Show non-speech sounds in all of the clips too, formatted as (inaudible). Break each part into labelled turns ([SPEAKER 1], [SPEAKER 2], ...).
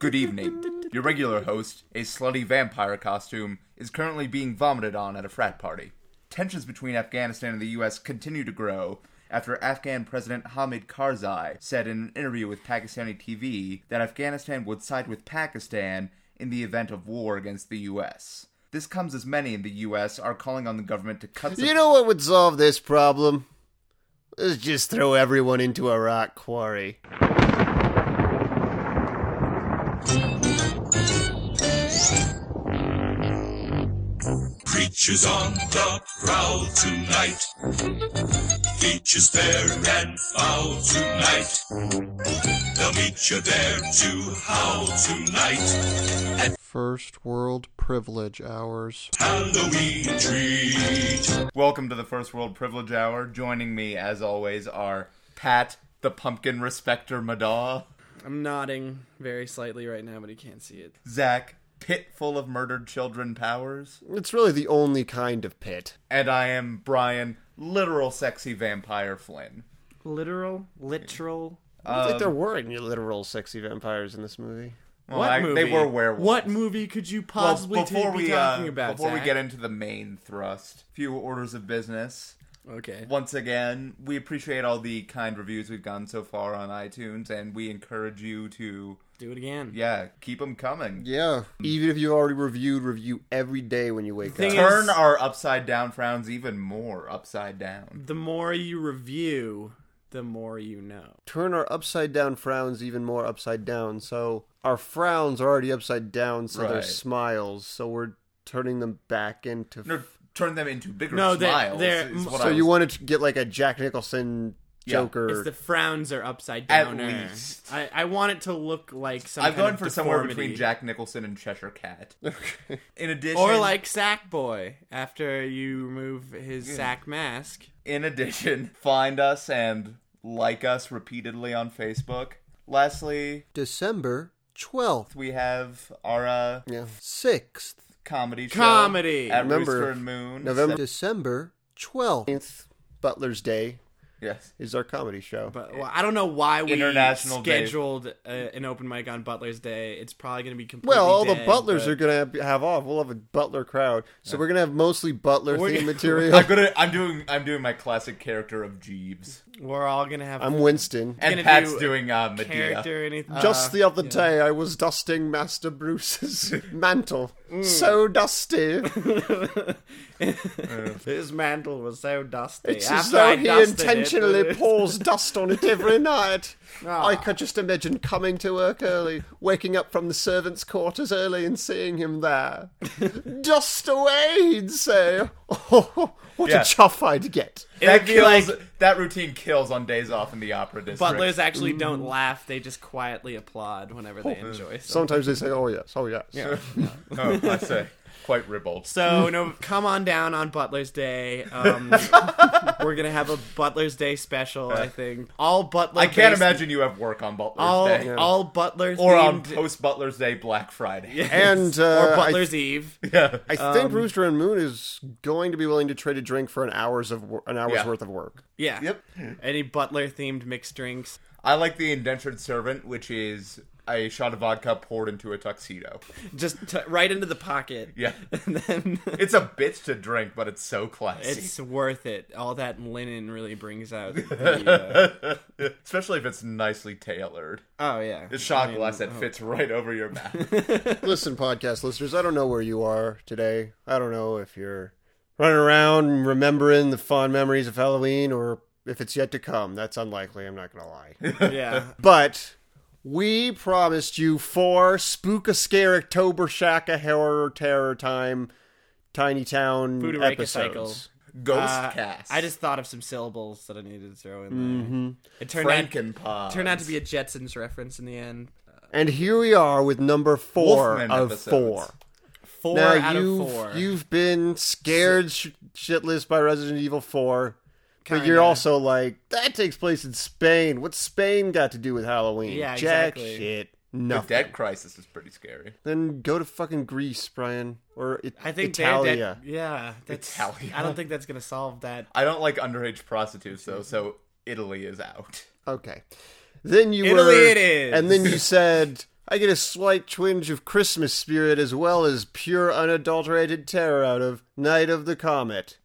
[SPEAKER 1] Good evening. Your regular host, a slutty vampire costume, is currently being vomited on at a frat party. Tensions between Afghanistan and the U.S. continue to grow after Afghan President Hamid Karzai said in an interview with Pakistani TV that Afghanistan would side with Pakistan in the event of war against the U.S. This comes as many in the U.S. are calling on the government to cut.
[SPEAKER 2] You know what would solve this problem? Let's just throw everyone into a rock quarry.
[SPEAKER 3] Creatures on the prowl tonight. Features fair and foul tonight. They'll meet you there to howl tonight.
[SPEAKER 4] First world privilege hours.
[SPEAKER 3] Halloween treat.
[SPEAKER 1] Welcome to the First World Privilege Hour. Joining me, as always, are Pat, the Pumpkin Respecter Madaw,
[SPEAKER 5] I'm nodding very slightly right now, but he can't see it.
[SPEAKER 1] Zach, Pit Full of Murdered Children Powers,
[SPEAKER 2] It's really the only kind of pit.
[SPEAKER 1] and I am Brian, literal sexy vampire Flynn.
[SPEAKER 5] Literal, literal.
[SPEAKER 2] I don't think
[SPEAKER 1] Um,
[SPEAKER 2] there were any literal sexy vampires in this movie.
[SPEAKER 1] Well, Oh, I- They were werewolves.
[SPEAKER 5] What movie could you
[SPEAKER 1] Well,
[SPEAKER 5] possibly
[SPEAKER 1] before
[SPEAKER 5] be
[SPEAKER 1] we
[SPEAKER 5] talking
[SPEAKER 1] uh,
[SPEAKER 5] about?
[SPEAKER 1] before
[SPEAKER 5] Zach?
[SPEAKER 1] we get into the main thrust, few orders of business.
[SPEAKER 5] okay.
[SPEAKER 1] Once again, we appreciate all the kind reviews we've gotten so far on iTunes, and we encourage you to
[SPEAKER 5] Do it again.
[SPEAKER 1] yeah keep them coming.
[SPEAKER 2] Yeah. Even if you've already reviewed, review every day when you wake
[SPEAKER 5] Thing
[SPEAKER 2] up.
[SPEAKER 1] Turn
[SPEAKER 5] is-
[SPEAKER 1] our upside down frowns even more upside down.
[SPEAKER 5] The more you review, the more you know.
[SPEAKER 2] Turn our upside down frowns even more upside down. So our frowns are already upside down, so they're
[SPEAKER 1] Right.
[SPEAKER 2] smiles. So we're turning them back into.
[SPEAKER 1] No, turn them into bigger
[SPEAKER 5] No, they're-
[SPEAKER 1] smiles.
[SPEAKER 5] they're-
[SPEAKER 1] is what
[SPEAKER 2] so
[SPEAKER 1] I
[SPEAKER 2] you
[SPEAKER 1] was-
[SPEAKER 2] want to get like a Jack Nicholson
[SPEAKER 1] Yeah.
[SPEAKER 2] Joker.
[SPEAKER 5] It's the frowns are upside
[SPEAKER 1] Er, At
[SPEAKER 5] down.
[SPEAKER 1] least.
[SPEAKER 5] I, I want it to look like some.
[SPEAKER 1] I'm
[SPEAKER 5] kind
[SPEAKER 1] going
[SPEAKER 5] of
[SPEAKER 1] for somewhere
[SPEAKER 5] deformity.
[SPEAKER 1] between Jack Nicholson and Cheshire
[SPEAKER 5] (laughs)
[SPEAKER 1] Cat. In addition,
[SPEAKER 5] or like Sackboy after you remove his sack mask.
[SPEAKER 1] In addition, find us and like us repeatedly on Facebook. Lastly,
[SPEAKER 2] December 12th,
[SPEAKER 1] we have our uh,
[SPEAKER 2] yeah. 6th,
[SPEAKER 1] comedy show
[SPEAKER 5] Comedy.
[SPEAKER 1] at
[SPEAKER 2] Remember,
[SPEAKER 1] Rooster and Moon.
[SPEAKER 2] November, December 12th. Butler's Day (laughs)
[SPEAKER 1] Yes.
[SPEAKER 2] is our comedy show.
[SPEAKER 5] But well, I don't know why we
[SPEAKER 1] International Day.
[SPEAKER 5] scheduled uh, an open mic on Butler's Day. It's probably going to be completely
[SPEAKER 2] well, all the
[SPEAKER 5] dead,
[SPEAKER 2] butlers
[SPEAKER 5] but-
[SPEAKER 2] are gonna have- have off. We'll have a butler crowd, so we're gonna have mostly butler
[SPEAKER 5] We're
[SPEAKER 2] theme
[SPEAKER 5] gonna- (laughs)
[SPEAKER 2] material.
[SPEAKER 1] I'm gonna. I'm doing. I'm doing my classic character of Jeeves,
[SPEAKER 5] We're all going to have
[SPEAKER 2] I'm Uh, Winston.
[SPEAKER 1] and
[SPEAKER 5] Gonna
[SPEAKER 1] Pat's
[SPEAKER 5] do
[SPEAKER 1] doing uh, Medea.
[SPEAKER 5] character and anything.
[SPEAKER 2] Just the other day, I was dusting Master Bruce's (laughs) mantle.
[SPEAKER 5] Mm.
[SPEAKER 2] So dusty.
[SPEAKER 5] (laughs) (laughs) His mantle was so dusty.
[SPEAKER 2] It's as
[SPEAKER 5] After
[SPEAKER 2] though
[SPEAKER 5] I
[SPEAKER 2] he
[SPEAKER 5] dusted
[SPEAKER 2] intentionally
[SPEAKER 5] (laughs) it,
[SPEAKER 2] pours dust on it
[SPEAKER 5] (laughs)
[SPEAKER 2] every night.
[SPEAKER 5] Ah.
[SPEAKER 2] I could just imagine coming to work early, waking up from the servants' quarters early and seeing him
[SPEAKER 5] (laughs)
[SPEAKER 2] there. dust away, he'd say. (laughs) Oh, what
[SPEAKER 1] Yeah.
[SPEAKER 2] a chuff I'd get.
[SPEAKER 1] That
[SPEAKER 5] would be
[SPEAKER 1] kills.
[SPEAKER 5] like-
[SPEAKER 1] that routine kills on days off in the opera district.
[SPEAKER 5] Butlers actually
[SPEAKER 2] Mm.
[SPEAKER 5] don't laugh; they just quietly applaud whenever they enjoy. something.
[SPEAKER 2] Sometimes they say, oh yes, oh yes. Yeah.
[SPEAKER 1] oh, I
[SPEAKER 5] (laughs)
[SPEAKER 1] say, quite ribald.
[SPEAKER 5] So no, come on down on Butler's Day.
[SPEAKER 2] (laughs)
[SPEAKER 5] Um, we're gonna have a Butler's Day special. I think all Butler.
[SPEAKER 1] I can't
[SPEAKER 5] based-
[SPEAKER 1] imagine you have work on Butler's
[SPEAKER 5] all
[SPEAKER 1] Day
[SPEAKER 5] all Butler
[SPEAKER 1] or on
[SPEAKER 5] themed-
[SPEAKER 1] post Butler's Day Black Friday.
[SPEAKER 2] And uh,
[SPEAKER 5] or
[SPEAKER 2] I
[SPEAKER 5] Butler's Eve.
[SPEAKER 2] I think Rooster and Moon is going to be willing to trade a drink for an hour's of wor- an hour's
[SPEAKER 1] Yeah.
[SPEAKER 2] worth of work.
[SPEAKER 5] Yeah. Any Butler themed mixed drinks.
[SPEAKER 1] I like the indentured servant, which is a shot of vodka poured into a tuxedo.
[SPEAKER 5] Just t- right into the pocket.
[SPEAKER 1] Yeah,
[SPEAKER 5] (laughs)
[SPEAKER 1] (laughs)
[SPEAKER 5] And then
[SPEAKER 1] it's a bitch to drink, but it's so classy.
[SPEAKER 5] it's worth it. All that linen really brings
[SPEAKER 1] (laughs)
[SPEAKER 5] out. The, uh,
[SPEAKER 1] Especially if it's nicely tailored.
[SPEAKER 5] oh yeah.
[SPEAKER 1] The shot glass
[SPEAKER 5] oh.
[SPEAKER 1] that fits right over your
[SPEAKER 5] (laughs)
[SPEAKER 1] mouth.
[SPEAKER 2] Listen, podcast listeners, I don't know where you are today. I don't know if you're running around remembering the fond memories of Halloween or if it's yet to come. That's unlikely. I'm not going to
[SPEAKER 1] (laughs)
[SPEAKER 2] lie.
[SPEAKER 5] Yeah.
[SPEAKER 2] but we promised you four Spooka Scare October Shaka Horror Terror Time Tiny Town
[SPEAKER 5] Budoraka
[SPEAKER 2] episodes.
[SPEAKER 5] cycle.
[SPEAKER 1] Ghost
[SPEAKER 5] Uh,
[SPEAKER 1] cast. Mm-hmm.
[SPEAKER 5] I just thought of some syllables that I needed to throw in there. It turned out
[SPEAKER 1] Frankenpod.
[SPEAKER 5] turned out to be a Jetsons reference in the end.
[SPEAKER 2] And here we are with number four
[SPEAKER 1] Wolfman
[SPEAKER 2] of
[SPEAKER 1] episodes.
[SPEAKER 2] four.
[SPEAKER 5] Four
[SPEAKER 2] Now
[SPEAKER 5] out
[SPEAKER 2] you've,
[SPEAKER 5] of four.
[SPEAKER 2] You've been scared sh- shitless by Resident Evil 4. But you're
[SPEAKER 5] Kinda.
[SPEAKER 2] also like, that takes place in Spain. What's Spain got to do with Halloween?
[SPEAKER 5] Yeah,
[SPEAKER 2] Jack
[SPEAKER 5] exactly.
[SPEAKER 2] shit.
[SPEAKER 1] The
[SPEAKER 2] Nothing.
[SPEAKER 1] Dead Crisis is pretty scary.
[SPEAKER 2] Then go to fucking Greece, Brian. Or it-
[SPEAKER 5] I think they're
[SPEAKER 2] Italia.
[SPEAKER 5] dead- yeah, that's,
[SPEAKER 1] Italia.
[SPEAKER 5] I don't think that's gonna solve that.
[SPEAKER 1] I don't like underage prostitutes though, so Italy is out.
[SPEAKER 2] Okay. Then you
[SPEAKER 5] Italy
[SPEAKER 2] were,
[SPEAKER 5] it is.
[SPEAKER 2] and
[SPEAKER 5] (laughs)
[SPEAKER 2] then you said, "I get a slight twinge of Christmas spirit as well as pure unadulterated terror out of Night of the Comet,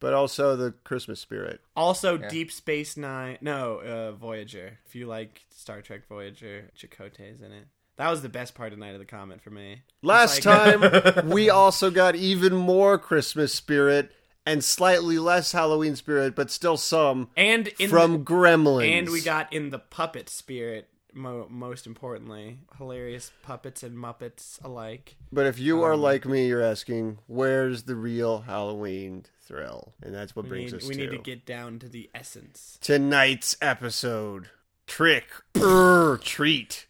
[SPEAKER 2] but also the Christmas spirit."
[SPEAKER 5] Also, Deep Space Nine. No, uh, Voyager. If you like Star Trek Voyager, Chakotay's in it. That was the best part of Night of the Comet for me.
[SPEAKER 2] Last
[SPEAKER 5] It's like- (laughs)
[SPEAKER 2] time we also got even more Christmas spirit and slightly less Halloween spirit, but still some
[SPEAKER 5] and in
[SPEAKER 2] from
[SPEAKER 5] the,
[SPEAKER 2] Gremlins.
[SPEAKER 5] and we got in the puppet spirit. Mo- most importantly, hilarious puppets and Muppets alike.
[SPEAKER 2] But if you
[SPEAKER 5] um,
[SPEAKER 2] are like me, you're asking, where's the real Halloween thrill? And that's what
[SPEAKER 5] We,
[SPEAKER 2] brings
[SPEAKER 5] need,
[SPEAKER 2] us
[SPEAKER 5] we
[SPEAKER 2] to,
[SPEAKER 5] need to get down to the essence.
[SPEAKER 2] tonight's episode. Trick or treat.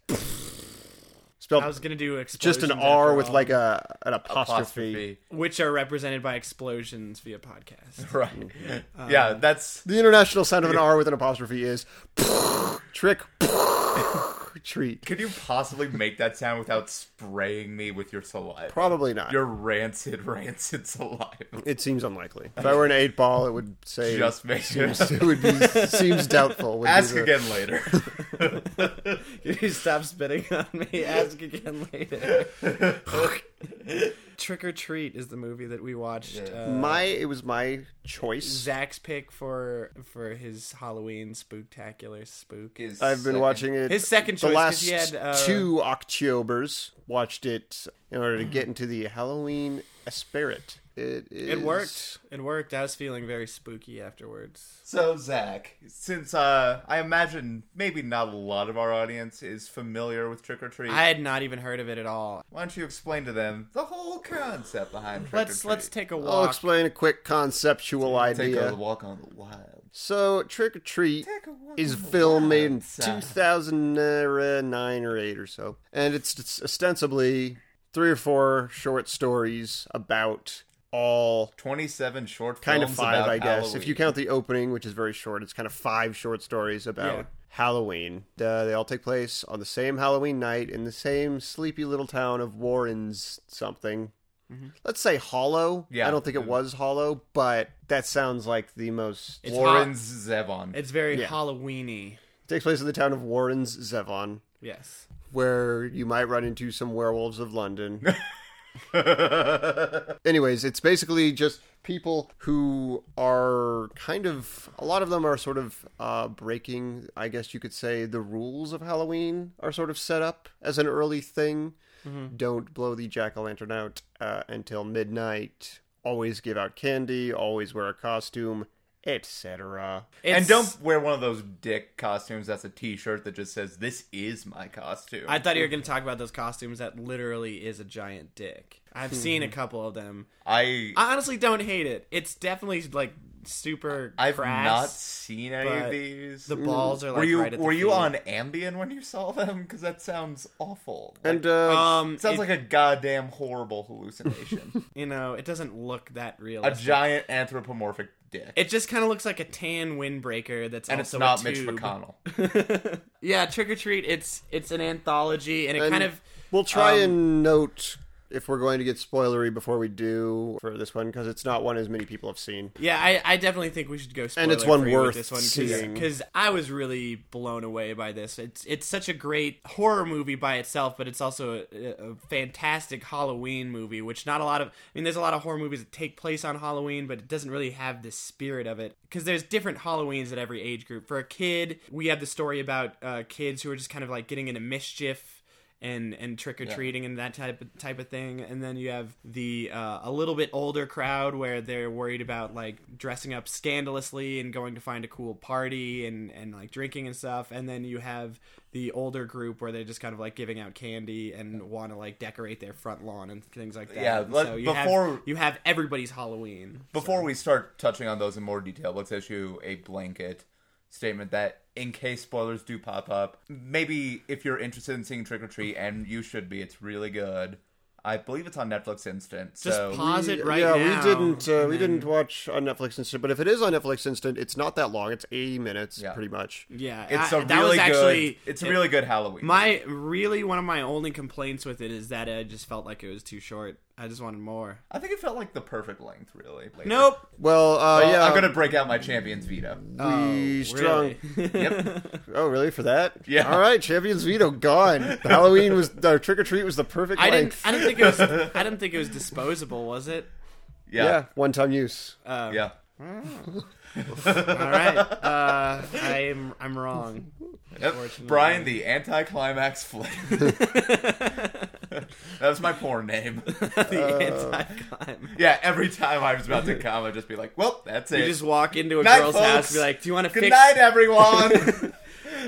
[SPEAKER 5] I was
[SPEAKER 2] Spelled
[SPEAKER 5] gonna do explosions
[SPEAKER 2] just an
[SPEAKER 5] after
[SPEAKER 2] R with
[SPEAKER 5] all,
[SPEAKER 2] like a an apostrophe.
[SPEAKER 1] Apostrophe.
[SPEAKER 5] which are represented by explosions via podcast.
[SPEAKER 1] Right.
[SPEAKER 5] Uh,
[SPEAKER 1] yeah, that's
[SPEAKER 2] The international sound of an R with an apostrophe is trick treat.
[SPEAKER 1] Could you possibly make that sound without spraying me with your saliva?
[SPEAKER 2] Probably not.
[SPEAKER 1] Your rancid, rancid saliva.
[SPEAKER 2] It seems unlikely. If I were an eight ball, it would say
[SPEAKER 1] Just make it.
[SPEAKER 2] it would be seems doubtful. would be
[SPEAKER 1] Ask
[SPEAKER 2] the-
[SPEAKER 1] again
[SPEAKER 2] (laughs)
[SPEAKER 1] later.
[SPEAKER 5] Can you stop spitting on
[SPEAKER 1] (laughs)
[SPEAKER 5] me? Ask again later. Trick or Treat is the movie that we watched. Uh,
[SPEAKER 2] My it was my choice.
[SPEAKER 5] Zach's pick for for his Halloween spooktacular spook.
[SPEAKER 1] His
[SPEAKER 2] I've been
[SPEAKER 1] second-
[SPEAKER 2] watching it.
[SPEAKER 5] His second
[SPEAKER 2] the
[SPEAKER 5] choice, 'cause
[SPEAKER 2] last
[SPEAKER 5] he had, uh,
[SPEAKER 2] two Octobers. Watched it in order to get into the Halloween spirit. It is,
[SPEAKER 5] It worked. It worked. I was feeling very spooky afterwards.
[SPEAKER 1] So Zach, since uh, I imagine maybe not a lot of our audience is familiar with trick or treat,
[SPEAKER 5] I had not even heard of it at all.
[SPEAKER 1] why don't you explain to them the whole concept behind trick
[SPEAKER 5] Let's
[SPEAKER 1] or
[SPEAKER 5] let's
[SPEAKER 1] treat? Oh,
[SPEAKER 5] take a
[SPEAKER 2] I'll
[SPEAKER 5] walk.
[SPEAKER 2] explain a quick conceptual
[SPEAKER 1] Take
[SPEAKER 2] idea.
[SPEAKER 1] a walk on the wild.
[SPEAKER 2] So, Trick or Treat
[SPEAKER 1] Take a walk
[SPEAKER 2] is a
[SPEAKER 1] on the
[SPEAKER 2] film made in
[SPEAKER 1] wild side.
[SPEAKER 2] 2009 or 8 or so. And it's, it's ostensibly three or four short stories about all
[SPEAKER 1] Twenty-seven short
[SPEAKER 2] kind of
[SPEAKER 1] films
[SPEAKER 2] five,
[SPEAKER 1] about
[SPEAKER 2] I guess. If you
[SPEAKER 1] Halloween.
[SPEAKER 2] count the opening, which is very short, it's kind of five short stories about
[SPEAKER 5] Yeah.
[SPEAKER 2] Halloween. Uh, they all take place on the same Halloween night in the same sleepy little town of Warren's something. Let's say Hollow.
[SPEAKER 1] Mm-hmm. Yeah. Mm-hmm.
[SPEAKER 2] I don't think it was Hollow, but that sounds like the most.
[SPEAKER 5] It's
[SPEAKER 1] Warren's Zevon.
[SPEAKER 5] It's very
[SPEAKER 2] Yeah.
[SPEAKER 5] Halloweeny.
[SPEAKER 2] It takes place in the town of Warren's Zevon,
[SPEAKER 5] Yes.
[SPEAKER 2] where you might run into some werewolves of London. Anyways, it's basically just people who are kind of a lot of them are sort of uh, breaking, I guess you could say, the rules of Halloween are sort of set up as an early thing. Don't blow the jack o' lantern out uh, until midnight. Always give out candy. Always wear a costume, etc.
[SPEAKER 1] and
[SPEAKER 5] It's-
[SPEAKER 1] don't wear one of those dick costumes. That's a T-shirt that just says "This is my costume."
[SPEAKER 5] I thought you were going to talk about those costumes that literally is a giant dick. I've
[SPEAKER 1] Hmm.
[SPEAKER 5] seen a couple of them.
[SPEAKER 1] I
[SPEAKER 5] I honestly don't hate it. It's definitely like super
[SPEAKER 1] I've not
[SPEAKER 5] crass.
[SPEAKER 1] seen any
[SPEAKER 5] but
[SPEAKER 1] of these.
[SPEAKER 5] the balls are like
[SPEAKER 1] were you
[SPEAKER 5] right at the
[SPEAKER 1] were you
[SPEAKER 5] feet.
[SPEAKER 1] on Ambien when you saw them? Because that sounds awful. Like,
[SPEAKER 2] And uh,
[SPEAKER 5] Um,
[SPEAKER 1] it sounds
[SPEAKER 5] it-
[SPEAKER 1] like a goddamn horrible
[SPEAKER 5] (laughs)
[SPEAKER 1] hallucination.
[SPEAKER 5] you know, it doesn't look that
[SPEAKER 1] a
[SPEAKER 5] realistic.
[SPEAKER 1] giant anthropomorphic dick,
[SPEAKER 5] it just kind of looks like a tan windbreaker that's
[SPEAKER 1] and it's
[SPEAKER 5] also
[SPEAKER 1] not
[SPEAKER 5] a
[SPEAKER 1] Mitch
[SPEAKER 5] tube.
[SPEAKER 1] McConnell.
[SPEAKER 5] Yeah, Trick or Treat. It's it's an anthology, and it
[SPEAKER 2] And
[SPEAKER 5] kind of
[SPEAKER 2] we'll
[SPEAKER 1] Um,
[SPEAKER 2] try and note if we're going to get spoilery before we do for this one because it's not one as many people have seen.
[SPEAKER 5] yeah. I, I definitely think we should go. Spoiler
[SPEAKER 2] And it's one
[SPEAKER 5] free with
[SPEAKER 2] worth
[SPEAKER 5] this one
[SPEAKER 2] seeing.
[SPEAKER 5] because I was really blown away by this. It's it's such a great horror movie by itself, but it's also a, a fantastic Halloween movie, which not a lot of. I mean, there's a lot of horror movies that take place on Halloween, but it doesn't really have the spirit of it because there's different Halloweens at every age group. For a kid, we have the story about uh, kids who are just kind of like getting into mischief and and trick or treating and that type of, type of thing. And then you have the uh, a little bit older crowd where they're worried about like dressing up scandalously and going to find a cool party and and like drinking and stuff. And then you have the older group where they're just kind of like giving out candy and want to like decorate their front lawn and things like that.
[SPEAKER 1] Yeah,
[SPEAKER 5] And
[SPEAKER 1] let-
[SPEAKER 5] so you have
[SPEAKER 1] before-
[SPEAKER 5] you have everybody's Halloween.
[SPEAKER 1] Before we start touching on those in more detail, let's issue a blanket statement that, in case spoilers do pop up, maybe if you're interested in seeing Trick or Treat, and you should be, it's really good. I believe it's on Netflix Instant.
[SPEAKER 5] Just
[SPEAKER 1] so
[SPEAKER 5] pause it right
[SPEAKER 2] yeah,
[SPEAKER 5] now.
[SPEAKER 2] we didn't uh,
[SPEAKER 5] and
[SPEAKER 2] we
[SPEAKER 5] then-
[SPEAKER 2] didn't watch on Netflix Instant, but if it is on Netflix Instant, it's not that long. It's 80 minutes,
[SPEAKER 1] Yeah.
[SPEAKER 2] pretty much.
[SPEAKER 5] Yeah,
[SPEAKER 1] it's
[SPEAKER 5] I-
[SPEAKER 1] a
[SPEAKER 5] that was
[SPEAKER 1] really
[SPEAKER 5] actually,
[SPEAKER 1] good. It's a
[SPEAKER 5] it-
[SPEAKER 1] really good Halloween.
[SPEAKER 5] My really one of my only complaints with it is that I just felt like it was too short. I just wanted more.
[SPEAKER 1] I think it felt like the perfect length, really. later.
[SPEAKER 5] Nope.
[SPEAKER 2] Well, uh,
[SPEAKER 1] Well,
[SPEAKER 2] yeah,
[SPEAKER 1] I'm gonna break out my champion's veto.
[SPEAKER 2] we strong.
[SPEAKER 5] Really? (laughs)
[SPEAKER 1] Yep.
[SPEAKER 2] Oh, really? For that?
[SPEAKER 1] (laughs) Yeah.
[SPEAKER 2] All right, Champions Veto gone. Halloween was no trick or treat was the perfect
[SPEAKER 5] I didn't.
[SPEAKER 2] length.
[SPEAKER 5] I didn't think
[SPEAKER 1] (laughs)
[SPEAKER 5] it was. I didn't think it was disposable. Was it?
[SPEAKER 1] Yeah.
[SPEAKER 2] yeah,
[SPEAKER 1] Yeah.
[SPEAKER 2] one time use.
[SPEAKER 5] Uh. All right. Uh, I'm. I'm wrong.
[SPEAKER 1] Yep. Brian the anticlimax flick. (laughs) That's my porn name.
[SPEAKER 5] (laughs)
[SPEAKER 1] Uh,
[SPEAKER 5] The anti-climb.
[SPEAKER 1] yeah, every time I was about to come, I'd just be like, "Well, that's it."
[SPEAKER 5] You just walk into a
[SPEAKER 1] Night,
[SPEAKER 5] girl's
[SPEAKER 1] folks.
[SPEAKER 5] house and be like, "Do you want to
[SPEAKER 1] Good
[SPEAKER 5] fix?
[SPEAKER 1] night,
[SPEAKER 5] (laughs)
[SPEAKER 1] everyone.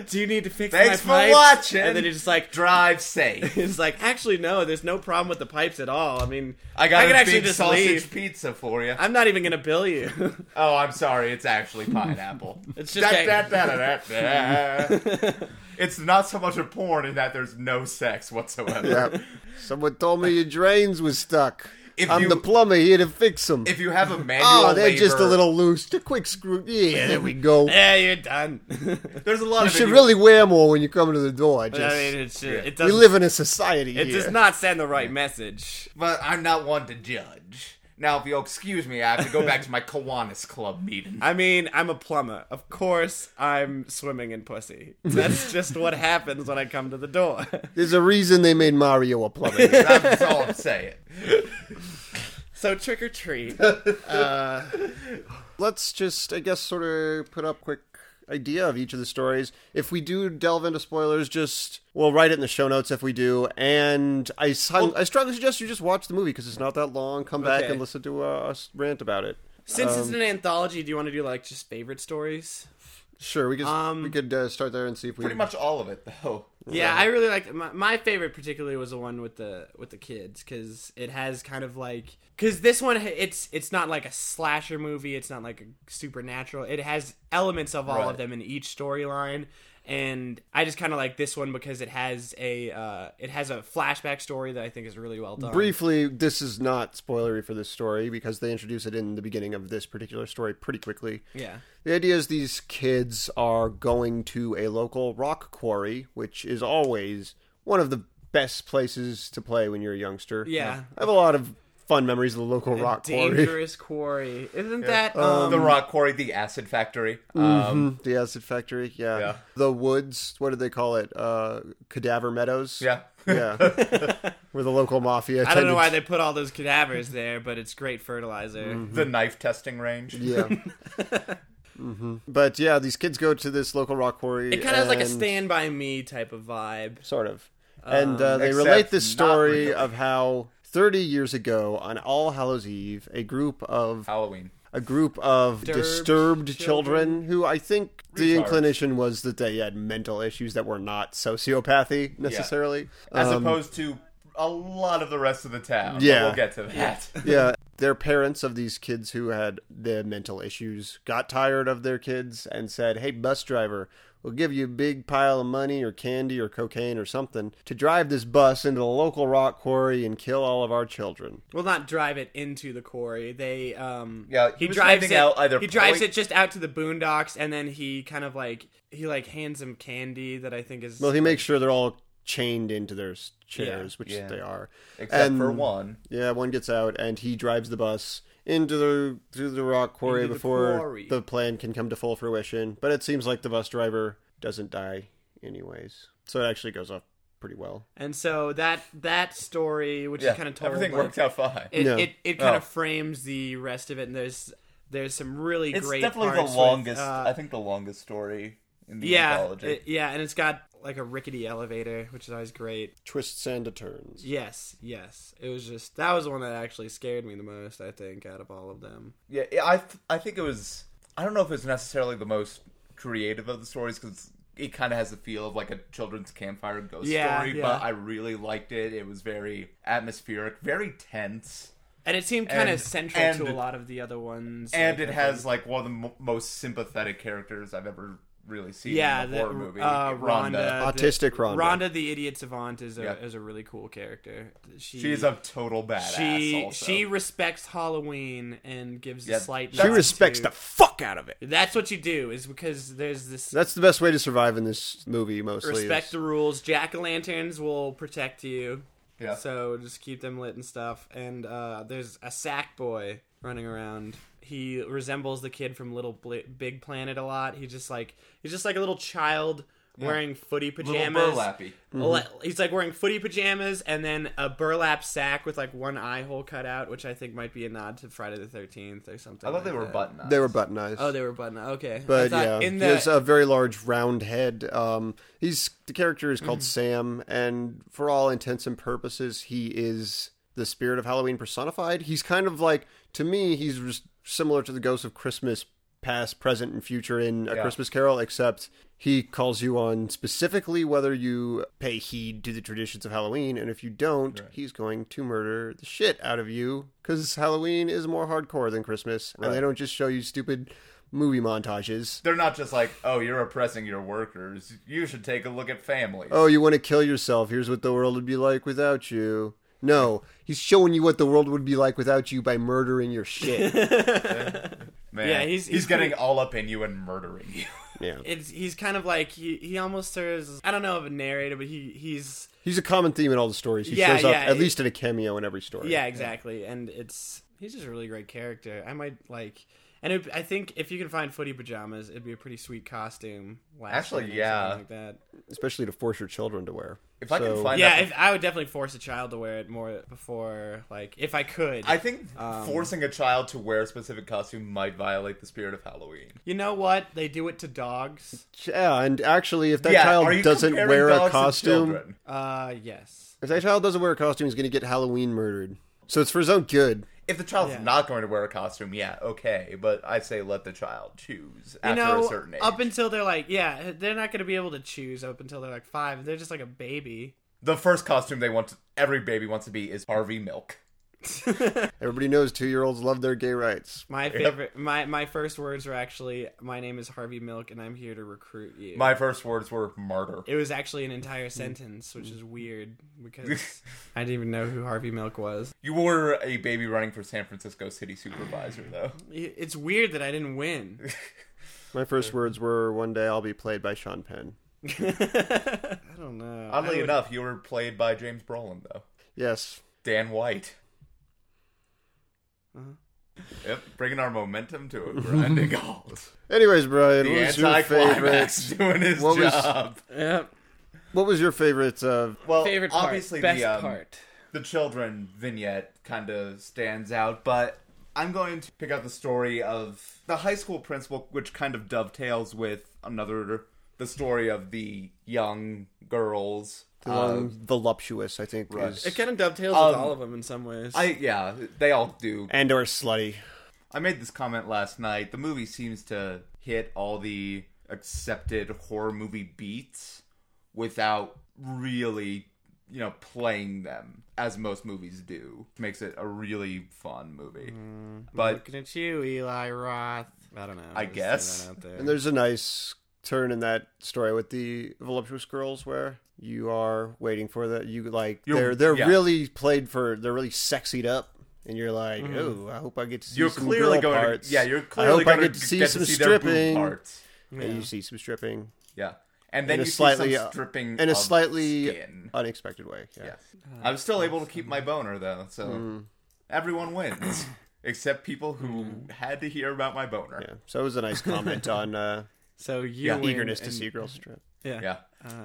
[SPEAKER 5] Do you need to fix
[SPEAKER 1] Thanks for
[SPEAKER 5] my pipes?"
[SPEAKER 1] watching.
[SPEAKER 5] And then you're just like,
[SPEAKER 1] Drive safe.
[SPEAKER 5] (laughs) It's like, actually, no, there's no problem with the pipes at all. I mean,
[SPEAKER 1] I got
[SPEAKER 5] I
[SPEAKER 1] a
[SPEAKER 5] can actually
[SPEAKER 1] big
[SPEAKER 5] just
[SPEAKER 1] sausage
[SPEAKER 5] leave.
[SPEAKER 1] pizza for you.
[SPEAKER 5] I'm not even gonna bill you. (laughs)
[SPEAKER 1] Oh, I'm sorry. It's actually pineapple.
[SPEAKER 5] It's just
[SPEAKER 1] Da-
[SPEAKER 5] a-
[SPEAKER 1] da- da- da- da-
[SPEAKER 5] (laughs)
[SPEAKER 1] da. It's not so much a porn in that there's no sex whatsoever.
[SPEAKER 2] Yeah. Someone told me your drains was stuck.
[SPEAKER 1] If
[SPEAKER 2] I'm
[SPEAKER 1] you-
[SPEAKER 2] the plumber here to fix them.
[SPEAKER 1] If you have a manual,
[SPEAKER 2] oh, they're
[SPEAKER 1] labor,
[SPEAKER 2] just a little loose. The quick screw. Yeah, there we (laughs) go. You
[SPEAKER 5] yeah, you're done. (laughs)
[SPEAKER 1] There's a lot of
[SPEAKER 2] should
[SPEAKER 1] innuendo.
[SPEAKER 2] really wear more when you come into the door. I
[SPEAKER 5] I
[SPEAKER 2] Just
[SPEAKER 5] mean, it's it
[SPEAKER 2] we
[SPEAKER 5] doesn't.
[SPEAKER 2] live in a society
[SPEAKER 5] it
[SPEAKER 2] here.
[SPEAKER 5] does not send the right message.
[SPEAKER 1] but I'm not one to judge. Now, if you'll excuse me, I have to go back to my Kiwanis Club meeting.
[SPEAKER 5] I mean, I'm a plumber. Of course, I'm swimming in pussy. That's just what happens when I come to the door. (laughs)
[SPEAKER 2] There's a reason they made Mario a plumber.
[SPEAKER 1] That's all I'm saying.
[SPEAKER 5] So trick or treat.
[SPEAKER 2] (laughs) Let's just, I guess, sort of put up quick idea of each of the stories. If we do delve into spoilers, just we'll write it in the show notes if we do. And I, s- I strongly suggest you just watch the movie because it's not that long. Come back
[SPEAKER 5] Okay.
[SPEAKER 2] and listen to uh, us rant about it.
[SPEAKER 5] Since it's an anthology, do you want to do like just favorite stories?
[SPEAKER 2] Sure, we could we could uh, start there and see if we
[SPEAKER 1] Pretty much all of it, though.
[SPEAKER 5] Yeah, I really liked my, my favorite particularly was the one with the with the kids because it has kind of like because this one it's it's not like a slasher movie it's not like a supernatural it has elements of all
[SPEAKER 1] Right.
[SPEAKER 5] of them in each storyline and I just kind of like this one because it has a uh, it has a flashback story that I think is really well done.
[SPEAKER 2] briefly. This is not spoilery for this story because they introduce it in the beginning of this particular story pretty quickly.
[SPEAKER 5] yeah,
[SPEAKER 2] The idea is these kids are going to a local rock quarry, which is always one of the best places to play when you're a youngster.
[SPEAKER 5] Yeah.
[SPEAKER 2] I have a lot of fun memories of the local rock quarry.
[SPEAKER 5] dangerous quarry, isn't that? Um,
[SPEAKER 1] the Rock Quarry, the Acid Factory. Um,
[SPEAKER 2] (laughs) The acid factory, yeah.
[SPEAKER 1] Yeah.
[SPEAKER 2] The woods, what do they call it? Uh, cadaver meadows.
[SPEAKER 1] yeah.
[SPEAKER 2] Yeah. Where the local mafia
[SPEAKER 5] I don't know
[SPEAKER 2] tended
[SPEAKER 5] why
[SPEAKER 2] to-
[SPEAKER 5] they put all those cadavers there, but it's great fertilizer.
[SPEAKER 1] The knife testing range.
[SPEAKER 2] Yeah. (laughs) hmm Mm-hmm. But yeah, these kids go to this local rock quarry.
[SPEAKER 5] It kind of has like a
[SPEAKER 2] and-
[SPEAKER 5] Stand um, By Me type of vibe.
[SPEAKER 2] sort of. And uh, they
[SPEAKER 1] Except
[SPEAKER 2] relate this
[SPEAKER 1] not
[SPEAKER 2] story
[SPEAKER 1] really.
[SPEAKER 2] of how 30 years ago on All Hallows Eve, a group of
[SPEAKER 1] Halloween.
[SPEAKER 2] a group of
[SPEAKER 5] Disturbed
[SPEAKER 2] disturbed children, who I think the
[SPEAKER 1] Retards.
[SPEAKER 2] inclination was that they had mental issues that were not sociopathy necessarily.
[SPEAKER 1] As
[SPEAKER 2] Um,
[SPEAKER 1] opposed to a lot of the rest of the town. but
[SPEAKER 2] Yeah.
[SPEAKER 1] We'll get to that.
[SPEAKER 2] yeah, their parents of these kids who had their mental issues got tired of their kids and said, "Hey, bus driver, we'll give you a big pile of money or candy or cocaine or something to drive this bus into the local rock quarry and kill all of our children."
[SPEAKER 5] Well, not drive it into the quarry. They um
[SPEAKER 1] Yeah, he
[SPEAKER 5] he
[SPEAKER 1] was
[SPEAKER 5] drives
[SPEAKER 1] finding
[SPEAKER 5] it
[SPEAKER 1] out either
[SPEAKER 5] he drives
[SPEAKER 1] point-
[SPEAKER 5] it just out to the boondocks and then he kind of like he like hands him candy that I think is
[SPEAKER 2] Well, he makes sure they're all chained into their s- chairs, which
[SPEAKER 1] Yeah.
[SPEAKER 2] they are,
[SPEAKER 1] (laughs) Except
[SPEAKER 2] And-
[SPEAKER 1] for one.
[SPEAKER 2] Yeah, one gets out and he drives the bus into the to the rock quarry
[SPEAKER 5] Into the
[SPEAKER 2] before
[SPEAKER 5] quarry.
[SPEAKER 2] the plan can come to full fruition. But it seems like the bus driver doesn't die anyways. So it actually goes off pretty well.
[SPEAKER 5] and so that that story which
[SPEAKER 1] Yeah.
[SPEAKER 5] is kind of told
[SPEAKER 1] Everything
[SPEAKER 5] like,
[SPEAKER 1] worked out fine.
[SPEAKER 5] It,
[SPEAKER 2] No.
[SPEAKER 5] it it kind
[SPEAKER 1] Oh.
[SPEAKER 5] of frames the rest of it and there's there's some really
[SPEAKER 1] it's
[SPEAKER 5] great
[SPEAKER 1] definitely the
[SPEAKER 5] parts with,
[SPEAKER 1] longest,
[SPEAKER 5] uh,
[SPEAKER 1] I think the longest story in the
[SPEAKER 5] yeah
[SPEAKER 1] anthology.
[SPEAKER 5] it- yeah and it's got like a rickety elevator which is always great
[SPEAKER 2] Twists and turns.
[SPEAKER 5] yes yes it was just that was the one that actually scared me the most I think out of all of them
[SPEAKER 1] Yeah, yeah, I th- I think it was. I don't know if it's necessarily the most creative of the stories because it kind of has the feel of like a children's campfire ghost
[SPEAKER 5] Yeah,
[SPEAKER 1] story.
[SPEAKER 5] yeah.
[SPEAKER 1] But I really liked it. It was very atmospheric, very tense,
[SPEAKER 5] And it seemed kind
[SPEAKER 1] And-
[SPEAKER 5] of central
[SPEAKER 1] and-
[SPEAKER 5] to a lot of the other ones.
[SPEAKER 1] and
[SPEAKER 5] like,
[SPEAKER 1] it
[SPEAKER 5] I
[SPEAKER 1] has
[SPEAKER 5] think-
[SPEAKER 1] like one of the mo- most sympathetic characters I've ever really seen.
[SPEAKER 5] yeah,
[SPEAKER 1] in a
[SPEAKER 5] the,
[SPEAKER 1] horror movie.
[SPEAKER 5] uh, Rhonda,
[SPEAKER 2] Autistic
[SPEAKER 5] the,
[SPEAKER 2] Rhonda.
[SPEAKER 5] Rhonda, the idiot savant, is a
[SPEAKER 1] Yeah.
[SPEAKER 5] is a really cool character. She
[SPEAKER 1] She's a total badass.
[SPEAKER 5] she
[SPEAKER 1] also.
[SPEAKER 5] she respects Halloween and gives
[SPEAKER 1] Yeah,
[SPEAKER 5] a slight.
[SPEAKER 1] She
[SPEAKER 2] She
[SPEAKER 5] nod
[SPEAKER 2] respects
[SPEAKER 5] to-
[SPEAKER 2] the fuck out of it.
[SPEAKER 5] That's what you do is because there's this
[SPEAKER 2] That's the best way to survive in this movie mostly.
[SPEAKER 5] respect
[SPEAKER 2] is-
[SPEAKER 5] the rules. Jack o' lanterns will protect you.
[SPEAKER 1] Yeah.
[SPEAKER 5] So just keep them lit and stuff. And uh, there's a sack boy running around. He resembles the kid from Little Bli Big Planet a lot. He just like he's just like a little child wearing footy pajamas.
[SPEAKER 1] burlappy.
[SPEAKER 2] Mm-hmm.
[SPEAKER 5] Le- He's like wearing footy pajamas and then a burlap sack with like one eye hole cut out, which I think might be a nod to Friday the Thirteenth or something.
[SPEAKER 1] I thought
[SPEAKER 5] like
[SPEAKER 1] they were
[SPEAKER 5] that.
[SPEAKER 1] button up.
[SPEAKER 2] They were button eyes.
[SPEAKER 5] Oh, they were button. Okay, I
[SPEAKER 2] But yeah,
[SPEAKER 5] thought in the
[SPEAKER 2] he has a very large round head. Um, he's the character is called Sam, and for all intents and purposes, he is the spirit of Halloween personified. He's kind of like to me, he's just similar to the ghost of Christmas, past, present, and future in A
[SPEAKER 1] Yeah.
[SPEAKER 2] Christmas Carol, except he calls you on specifically whether you pay heed to the traditions of Halloween, and if you don't, he's going to murder the shit out of you because Halloween is more hardcore than Christmas, and they don't just show you stupid movie montages.
[SPEAKER 1] They're not just like, oh, you're oppressing your workers. You should take a look at families.
[SPEAKER 2] oh, you want to kill yourself. Here's what the world would be like without you. No, he's showing you what the world would be like without you by murdering
[SPEAKER 1] (laughs)
[SPEAKER 2] your shit.
[SPEAKER 1] Man,
[SPEAKER 5] yeah,
[SPEAKER 1] he's,
[SPEAKER 5] he's- he's
[SPEAKER 1] getting
[SPEAKER 5] pretty-
[SPEAKER 1] all up in you and murdering you.
[SPEAKER 2] yeah.
[SPEAKER 5] it's he's kind of like he, he almost serves as- I don't know if a narrator, but he he's
[SPEAKER 2] He's a common theme in all the stories. He
[SPEAKER 5] Yeah,
[SPEAKER 2] shows up
[SPEAKER 5] yeah,
[SPEAKER 2] at
[SPEAKER 5] it-
[SPEAKER 2] least in a cameo in every story.
[SPEAKER 5] yeah exactly, and it's he's just a really great character. I might like, and it, I think if you can find footy pajamas, it'd be a pretty sweet costume. Last
[SPEAKER 1] Actually,
[SPEAKER 5] year or
[SPEAKER 1] yeah.
[SPEAKER 5] something like that.
[SPEAKER 2] Especially to force your children to wear.
[SPEAKER 1] If I can
[SPEAKER 2] So-
[SPEAKER 1] find-
[SPEAKER 5] yeah,
[SPEAKER 1] that-
[SPEAKER 5] if, I would definitely force a child to wear it more before, like, if I could.
[SPEAKER 1] (laughs) I think
[SPEAKER 2] Um,
[SPEAKER 1] forcing a child to wear a specific costume might violate the spirit of Halloween.
[SPEAKER 5] you know what? They do it to dogs.
[SPEAKER 2] Yeah, and actually, if that
[SPEAKER 1] Yeah, are
[SPEAKER 2] child
[SPEAKER 1] you
[SPEAKER 2] doesn't
[SPEAKER 1] comparing
[SPEAKER 2] wear
[SPEAKER 1] dogs
[SPEAKER 2] a
[SPEAKER 1] to
[SPEAKER 2] costume,
[SPEAKER 1] children?
[SPEAKER 5] Uh, yes.
[SPEAKER 2] if that child doesn't wear a costume, he's going to get Halloween murdered. So it's for his own good.
[SPEAKER 1] If the child's
[SPEAKER 5] Yeah.
[SPEAKER 1] not going to wear a costume, yeah, okay. But I say let the child choose
[SPEAKER 5] You
[SPEAKER 1] after
[SPEAKER 5] know,
[SPEAKER 1] a certain age.
[SPEAKER 5] up until they're like, yeah, they're not going to be able to choose up until they're like five. They're just like a baby.
[SPEAKER 1] the first costume they want, to, every baby wants to be, is Harvey Milk.
[SPEAKER 2] Everybody knows two-year-olds love their gay rights.
[SPEAKER 5] My favorite, my my first words were actually, "My name is Harvey Milk, and I'm here to recruit you."
[SPEAKER 1] My first words were martyr.
[SPEAKER 5] it was actually an
[SPEAKER 1] Mm.
[SPEAKER 5] entire sentence, which is weird
[SPEAKER 1] (laughs)
[SPEAKER 5] because I didn't even know who Harvey Milk was.
[SPEAKER 1] You were a baby running for San Francisco City Supervisor, though.
[SPEAKER 5] It- It's weird that I didn't
[SPEAKER 1] (laughs)
[SPEAKER 5] win.
[SPEAKER 2] My first
[SPEAKER 1] Mm-hmm.
[SPEAKER 2] words were, "One day I'll be played by Sean Penn."
[SPEAKER 5] I don't
[SPEAKER 2] Uh,
[SPEAKER 5] know. I
[SPEAKER 1] Oddly
[SPEAKER 5] would-
[SPEAKER 1] enough, you were played by James Brolin, though.
[SPEAKER 2] Yes,
[SPEAKER 1] Dan White. Yep, bringing our momentum to a grinding halt.
[SPEAKER 2] Anyways, Brian,
[SPEAKER 1] The
[SPEAKER 2] what was your
[SPEAKER 1] anticlimax
[SPEAKER 2] favorite?
[SPEAKER 1] doing his
[SPEAKER 2] what was-
[SPEAKER 1] job.
[SPEAKER 5] Yep.
[SPEAKER 2] What was your favorite? Uh,
[SPEAKER 1] Well,
[SPEAKER 5] favorite part,
[SPEAKER 1] obviously
[SPEAKER 5] best
[SPEAKER 1] the um,
[SPEAKER 5] part.
[SPEAKER 1] the children vignette kind of stands out, but I'm going to pick out the story of the high school principal, which kind of dovetails with another the story of the young girls.
[SPEAKER 2] long voluptuous, I think,
[SPEAKER 1] right.
[SPEAKER 2] is,
[SPEAKER 5] It kind of dovetails
[SPEAKER 1] Um,
[SPEAKER 5] with all of them in some ways.
[SPEAKER 1] I yeah, they all do.
[SPEAKER 2] and or slutty.
[SPEAKER 1] I made this comment last night. The movie seems to hit all the accepted horror movie beats without really, you know, playing them as most movies do. Makes it a really fun movie.
[SPEAKER 2] Mm,
[SPEAKER 1] But
[SPEAKER 5] Looking at you, Eli Roth. I don't know.
[SPEAKER 1] I
[SPEAKER 5] Just
[SPEAKER 1] guess.
[SPEAKER 5] throw that out there.
[SPEAKER 2] And there's a nice turn in that story with the voluptuous girls, where you are waiting for the you like
[SPEAKER 1] You're-
[SPEAKER 2] they're they're
[SPEAKER 1] yeah.
[SPEAKER 2] really played for they're really sexied up. And you're like, oh, I hope I get to see
[SPEAKER 1] You're
[SPEAKER 2] some
[SPEAKER 1] clearly
[SPEAKER 2] girl
[SPEAKER 1] going to-
[SPEAKER 2] parts.
[SPEAKER 1] yeah, you're
[SPEAKER 2] I
[SPEAKER 1] clearly
[SPEAKER 2] hope
[SPEAKER 1] going
[SPEAKER 2] I get to see some
[SPEAKER 1] their boob
[SPEAKER 2] stripping.
[SPEAKER 1] parts.
[SPEAKER 2] And you see some stripping,
[SPEAKER 1] Yeah, and then
[SPEAKER 2] in a
[SPEAKER 1] you
[SPEAKER 2] slightly uh,
[SPEAKER 1] see some stripping
[SPEAKER 2] in a
[SPEAKER 1] Mm, of
[SPEAKER 2] slightly
[SPEAKER 1] skin.
[SPEAKER 2] unexpected way.
[SPEAKER 1] yeah,
[SPEAKER 5] Uh,
[SPEAKER 1] I was still able to keep my boner though, so everyone
[SPEAKER 5] (coughs)
[SPEAKER 1] wins except people who
[SPEAKER 5] Mm.
[SPEAKER 1] had to hear about my boner.
[SPEAKER 2] yeah. So it was a nice comment on uh,
[SPEAKER 5] so you
[SPEAKER 1] Yeah.
[SPEAKER 5] win,
[SPEAKER 2] eagerness to
[SPEAKER 5] and-
[SPEAKER 2] see a girl strip.
[SPEAKER 5] Yeah.
[SPEAKER 1] Yeah.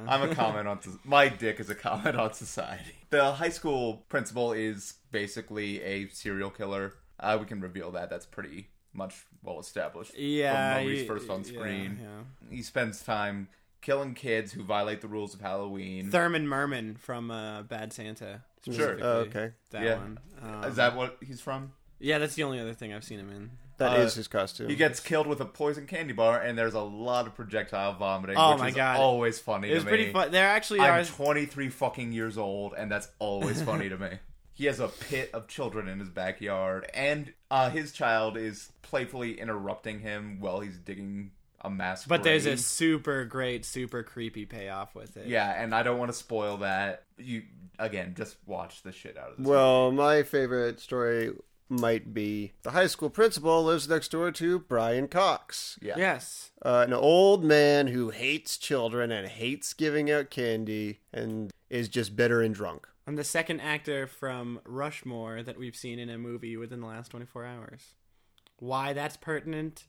[SPEAKER 1] I'm
[SPEAKER 5] (laughs)
[SPEAKER 1] a comment on so- my dick is a comment on society. The high school principal is basically a serial killer. Uh, we can reveal that. That's pretty much well established.
[SPEAKER 5] Yeah,
[SPEAKER 1] from Murray's
[SPEAKER 5] y-
[SPEAKER 1] first on
[SPEAKER 5] yeah,
[SPEAKER 1] screen.
[SPEAKER 5] yeah.
[SPEAKER 1] He spends time killing kids who violate the rules of Halloween.
[SPEAKER 5] Thurman Merman from uh, Bad Santa.
[SPEAKER 1] Sure.
[SPEAKER 5] specifically.
[SPEAKER 2] Oh, okay.
[SPEAKER 5] That
[SPEAKER 1] Yeah.
[SPEAKER 5] one.
[SPEAKER 1] is
[SPEAKER 5] Um,
[SPEAKER 1] that what he's from?
[SPEAKER 5] yeah, that's the only other thing I've seen him in.
[SPEAKER 2] That is
[SPEAKER 1] Uh,
[SPEAKER 2] his costume.
[SPEAKER 1] He gets killed with a poison candy bar, and there's a lot of projectile vomiting.
[SPEAKER 5] Oh
[SPEAKER 1] which
[SPEAKER 5] my
[SPEAKER 1] is
[SPEAKER 5] God.
[SPEAKER 1] Always funny.
[SPEAKER 5] It was
[SPEAKER 1] to
[SPEAKER 5] pretty
[SPEAKER 1] me.
[SPEAKER 5] fun. There actually are.
[SPEAKER 1] I'm 23 fucking years old, and that's always funny
[SPEAKER 5] (laughs)
[SPEAKER 1] to me. He has a pit of children in his backyard, and uh, his child is playfully interrupting him while he's digging a mass.
[SPEAKER 5] but there's a
[SPEAKER 1] grave.
[SPEAKER 5] super great, super creepy payoff with it.
[SPEAKER 1] yeah, and I don't want to spoil that. You again, just watch the shit out of this.
[SPEAKER 2] Well, my favorite story might be the high school principal lives next door to Brian Cox,
[SPEAKER 1] yeah,
[SPEAKER 5] Yes.
[SPEAKER 2] uh, an old man who hates children and hates giving out candy, and is just bitter and drunk.
[SPEAKER 5] I'm the second actor from Rushmore that we've seen in a movie within the last 24 hours. Why that's pertinent,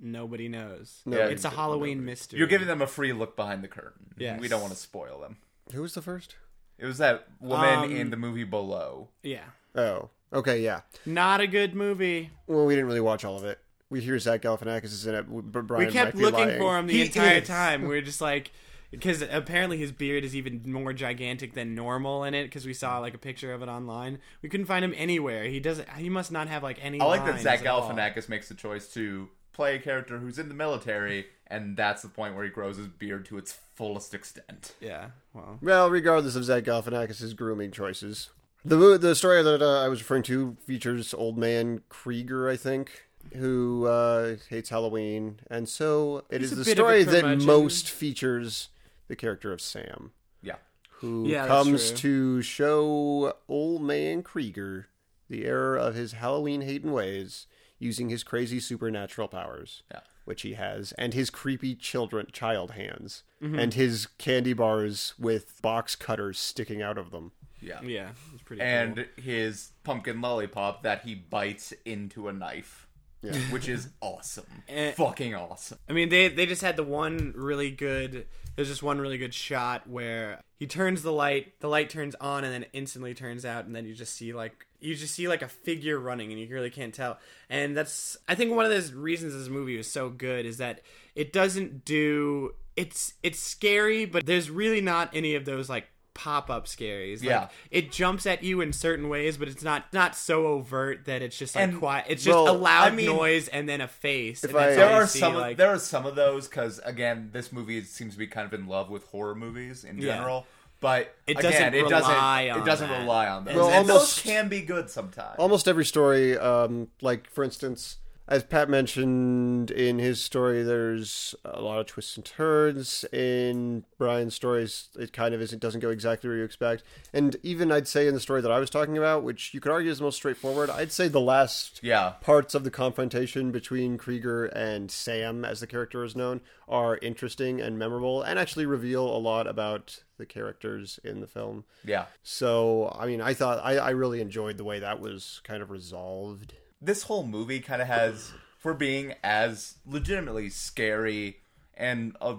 [SPEAKER 5] nobody knows.
[SPEAKER 1] Yeah,
[SPEAKER 5] it's a Halloween mystery.
[SPEAKER 1] You're giving them a free look behind the curtain.
[SPEAKER 5] Yes.
[SPEAKER 1] We don't want to spoil them.
[SPEAKER 2] Who was the first?
[SPEAKER 1] It was that woman
[SPEAKER 5] Um,
[SPEAKER 1] in the movie Below.
[SPEAKER 5] yeah,
[SPEAKER 2] Oh, okay, yeah.
[SPEAKER 5] not a good movie.
[SPEAKER 2] Well, we didn't really watch all of it. We hear Zach Galifianakis is in it. But Brian
[SPEAKER 5] we kept
[SPEAKER 2] might be
[SPEAKER 5] looking
[SPEAKER 2] lying.
[SPEAKER 5] for him the
[SPEAKER 1] He
[SPEAKER 5] entire
[SPEAKER 1] is.
[SPEAKER 5] time.
[SPEAKER 1] (laughs)
[SPEAKER 5] We are just like, because apparently his beard is even more gigantic than normal in it. Because we saw like a picture of it online. We couldn't find him anywhere. He doesn't. He must not have like any.
[SPEAKER 1] I like that
[SPEAKER 5] lines
[SPEAKER 1] Zach
[SPEAKER 5] at all.
[SPEAKER 1] Galifianakis makes the choice to play a character who's in the military, and that's the point where he grows his beard to its fullest extent.
[SPEAKER 5] Yeah. Well.
[SPEAKER 2] Well, regardless of Zach Galifianakis' grooming choices, the mo- the story that uh, I was referring to features old man Krieger, I think, who uh, hates Halloween, and so it is
[SPEAKER 5] a
[SPEAKER 2] the
[SPEAKER 5] bit of a
[SPEAKER 2] story that
[SPEAKER 5] curmudgeon.
[SPEAKER 2] most features the character of Sam,
[SPEAKER 1] Yeah.
[SPEAKER 2] who
[SPEAKER 5] Yeah, that's
[SPEAKER 2] comes to show old man Krieger the error of his Halloween hating ways using his crazy supernatural powers
[SPEAKER 1] Yeah.
[SPEAKER 2] which he has, and his creepy children child hands,
[SPEAKER 5] Mm-hmm.
[SPEAKER 2] and his candy bars with box cutters sticking out of them.
[SPEAKER 1] Yeah.
[SPEAKER 5] Yeah. It's pretty.
[SPEAKER 1] And
[SPEAKER 5] cool.
[SPEAKER 1] his pumpkin lollipop that he bites into a knife. (laughs) Which is
[SPEAKER 5] (laughs)
[SPEAKER 1] awesome.
[SPEAKER 5] Eh.
[SPEAKER 1] Fucking awesome.
[SPEAKER 5] I mean, they they just had the one really good. There's just one really good shot where he turns the light, the light turns on, and then instantly turns out, and then you just see like you just see like a figure running, and you really can't tell. And that's I think one of the reasons this movie was so good is that it doesn't do it's it's scary, but there's really not any of those like pop up scaries. Like,
[SPEAKER 1] Yeah.
[SPEAKER 5] it jumps at you in certain ways, but it's not not so overt that it's just like
[SPEAKER 1] And-
[SPEAKER 5] quiet. It's just
[SPEAKER 2] well,
[SPEAKER 5] a loud
[SPEAKER 1] I mean-
[SPEAKER 5] noise and then a face. and
[SPEAKER 2] I-
[SPEAKER 5] that's
[SPEAKER 1] There
[SPEAKER 5] all you
[SPEAKER 1] are
[SPEAKER 5] see,
[SPEAKER 1] some.
[SPEAKER 5] like-
[SPEAKER 1] of, there are some of those because again, this movie seems to be kind of in love with horror movies in
[SPEAKER 5] Yeah.
[SPEAKER 1] general. But
[SPEAKER 5] It
[SPEAKER 1] again,
[SPEAKER 5] doesn't
[SPEAKER 1] it
[SPEAKER 5] rely
[SPEAKER 1] doesn't.
[SPEAKER 5] on
[SPEAKER 1] it doesn't
[SPEAKER 5] that.
[SPEAKER 1] rely on those.
[SPEAKER 2] Well,
[SPEAKER 1] and
[SPEAKER 2] almost-
[SPEAKER 1] those can be good sometimes.
[SPEAKER 2] Almost every story, um, like for instance, as Pat mentioned in his story, there's a lot of twists and turns. In Brian's stories, it kind of isn't doesn't go exactly where you expect. And even I'd say in the story that I was talking about, which you could argue is the most straightforward, I'd say the last
[SPEAKER 1] Yeah.
[SPEAKER 2] parts of the confrontation between Krieger and Sam, as the character is known, are interesting and memorable and actually reveal a lot about the characters in the film.
[SPEAKER 1] Yeah.
[SPEAKER 2] So, I mean, I thought I, I really enjoyed the way that was kind of resolved.
[SPEAKER 1] this whole movie kind of has for being as legitimately scary and a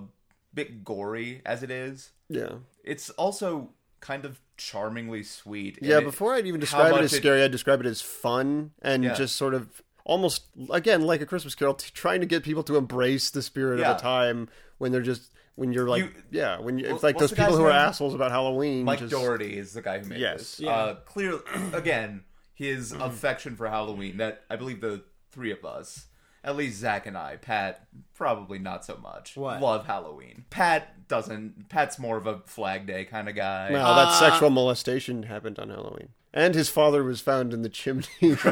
[SPEAKER 1] bit gory as it is
[SPEAKER 2] Yeah.
[SPEAKER 1] it's also kind of charmingly sweet and
[SPEAKER 2] Yeah,
[SPEAKER 1] it-
[SPEAKER 2] before I'd even
[SPEAKER 1] how
[SPEAKER 2] describe it
[SPEAKER 1] much
[SPEAKER 2] as scary, I'd describe it as fun and
[SPEAKER 1] Yeah.
[SPEAKER 2] just sort of almost, again, like a Christmas carol, t- trying to get people to embrace the spirit
[SPEAKER 1] Yeah.
[SPEAKER 2] of the time when they're just. When you're like,
[SPEAKER 1] You-
[SPEAKER 2] yeah, when you, it's
[SPEAKER 1] Wh-
[SPEAKER 2] like
[SPEAKER 1] what's
[SPEAKER 2] those
[SPEAKER 1] the
[SPEAKER 2] people
[SPEAKER 1] guy's
[SPEAKER 2] who are
[SPEAKER 1] name?
[SPEAKER 2] assholes about Halloween.
[SPEAKER 1] mike
[SPEAKER 2] just,
[SPEAKER 1] doherty is the guy who made
[SPEAKER 2] Yes. Mm-hmm.
[SPEAKER 1] this uh clearly (clears throat) again his affection for halloween that i believe the three of us at least zach and i pat probably not so much
[SPEAKER 5] What?
[SPEAKER 1] love halloween pat doesn't pat's more of a flag day kind of guy (laughs)
[SPEAKER 2] No, that sexual molestation happened on Halloween. And his father was found in the chimney. (laughs)
[SPEAKER 5] with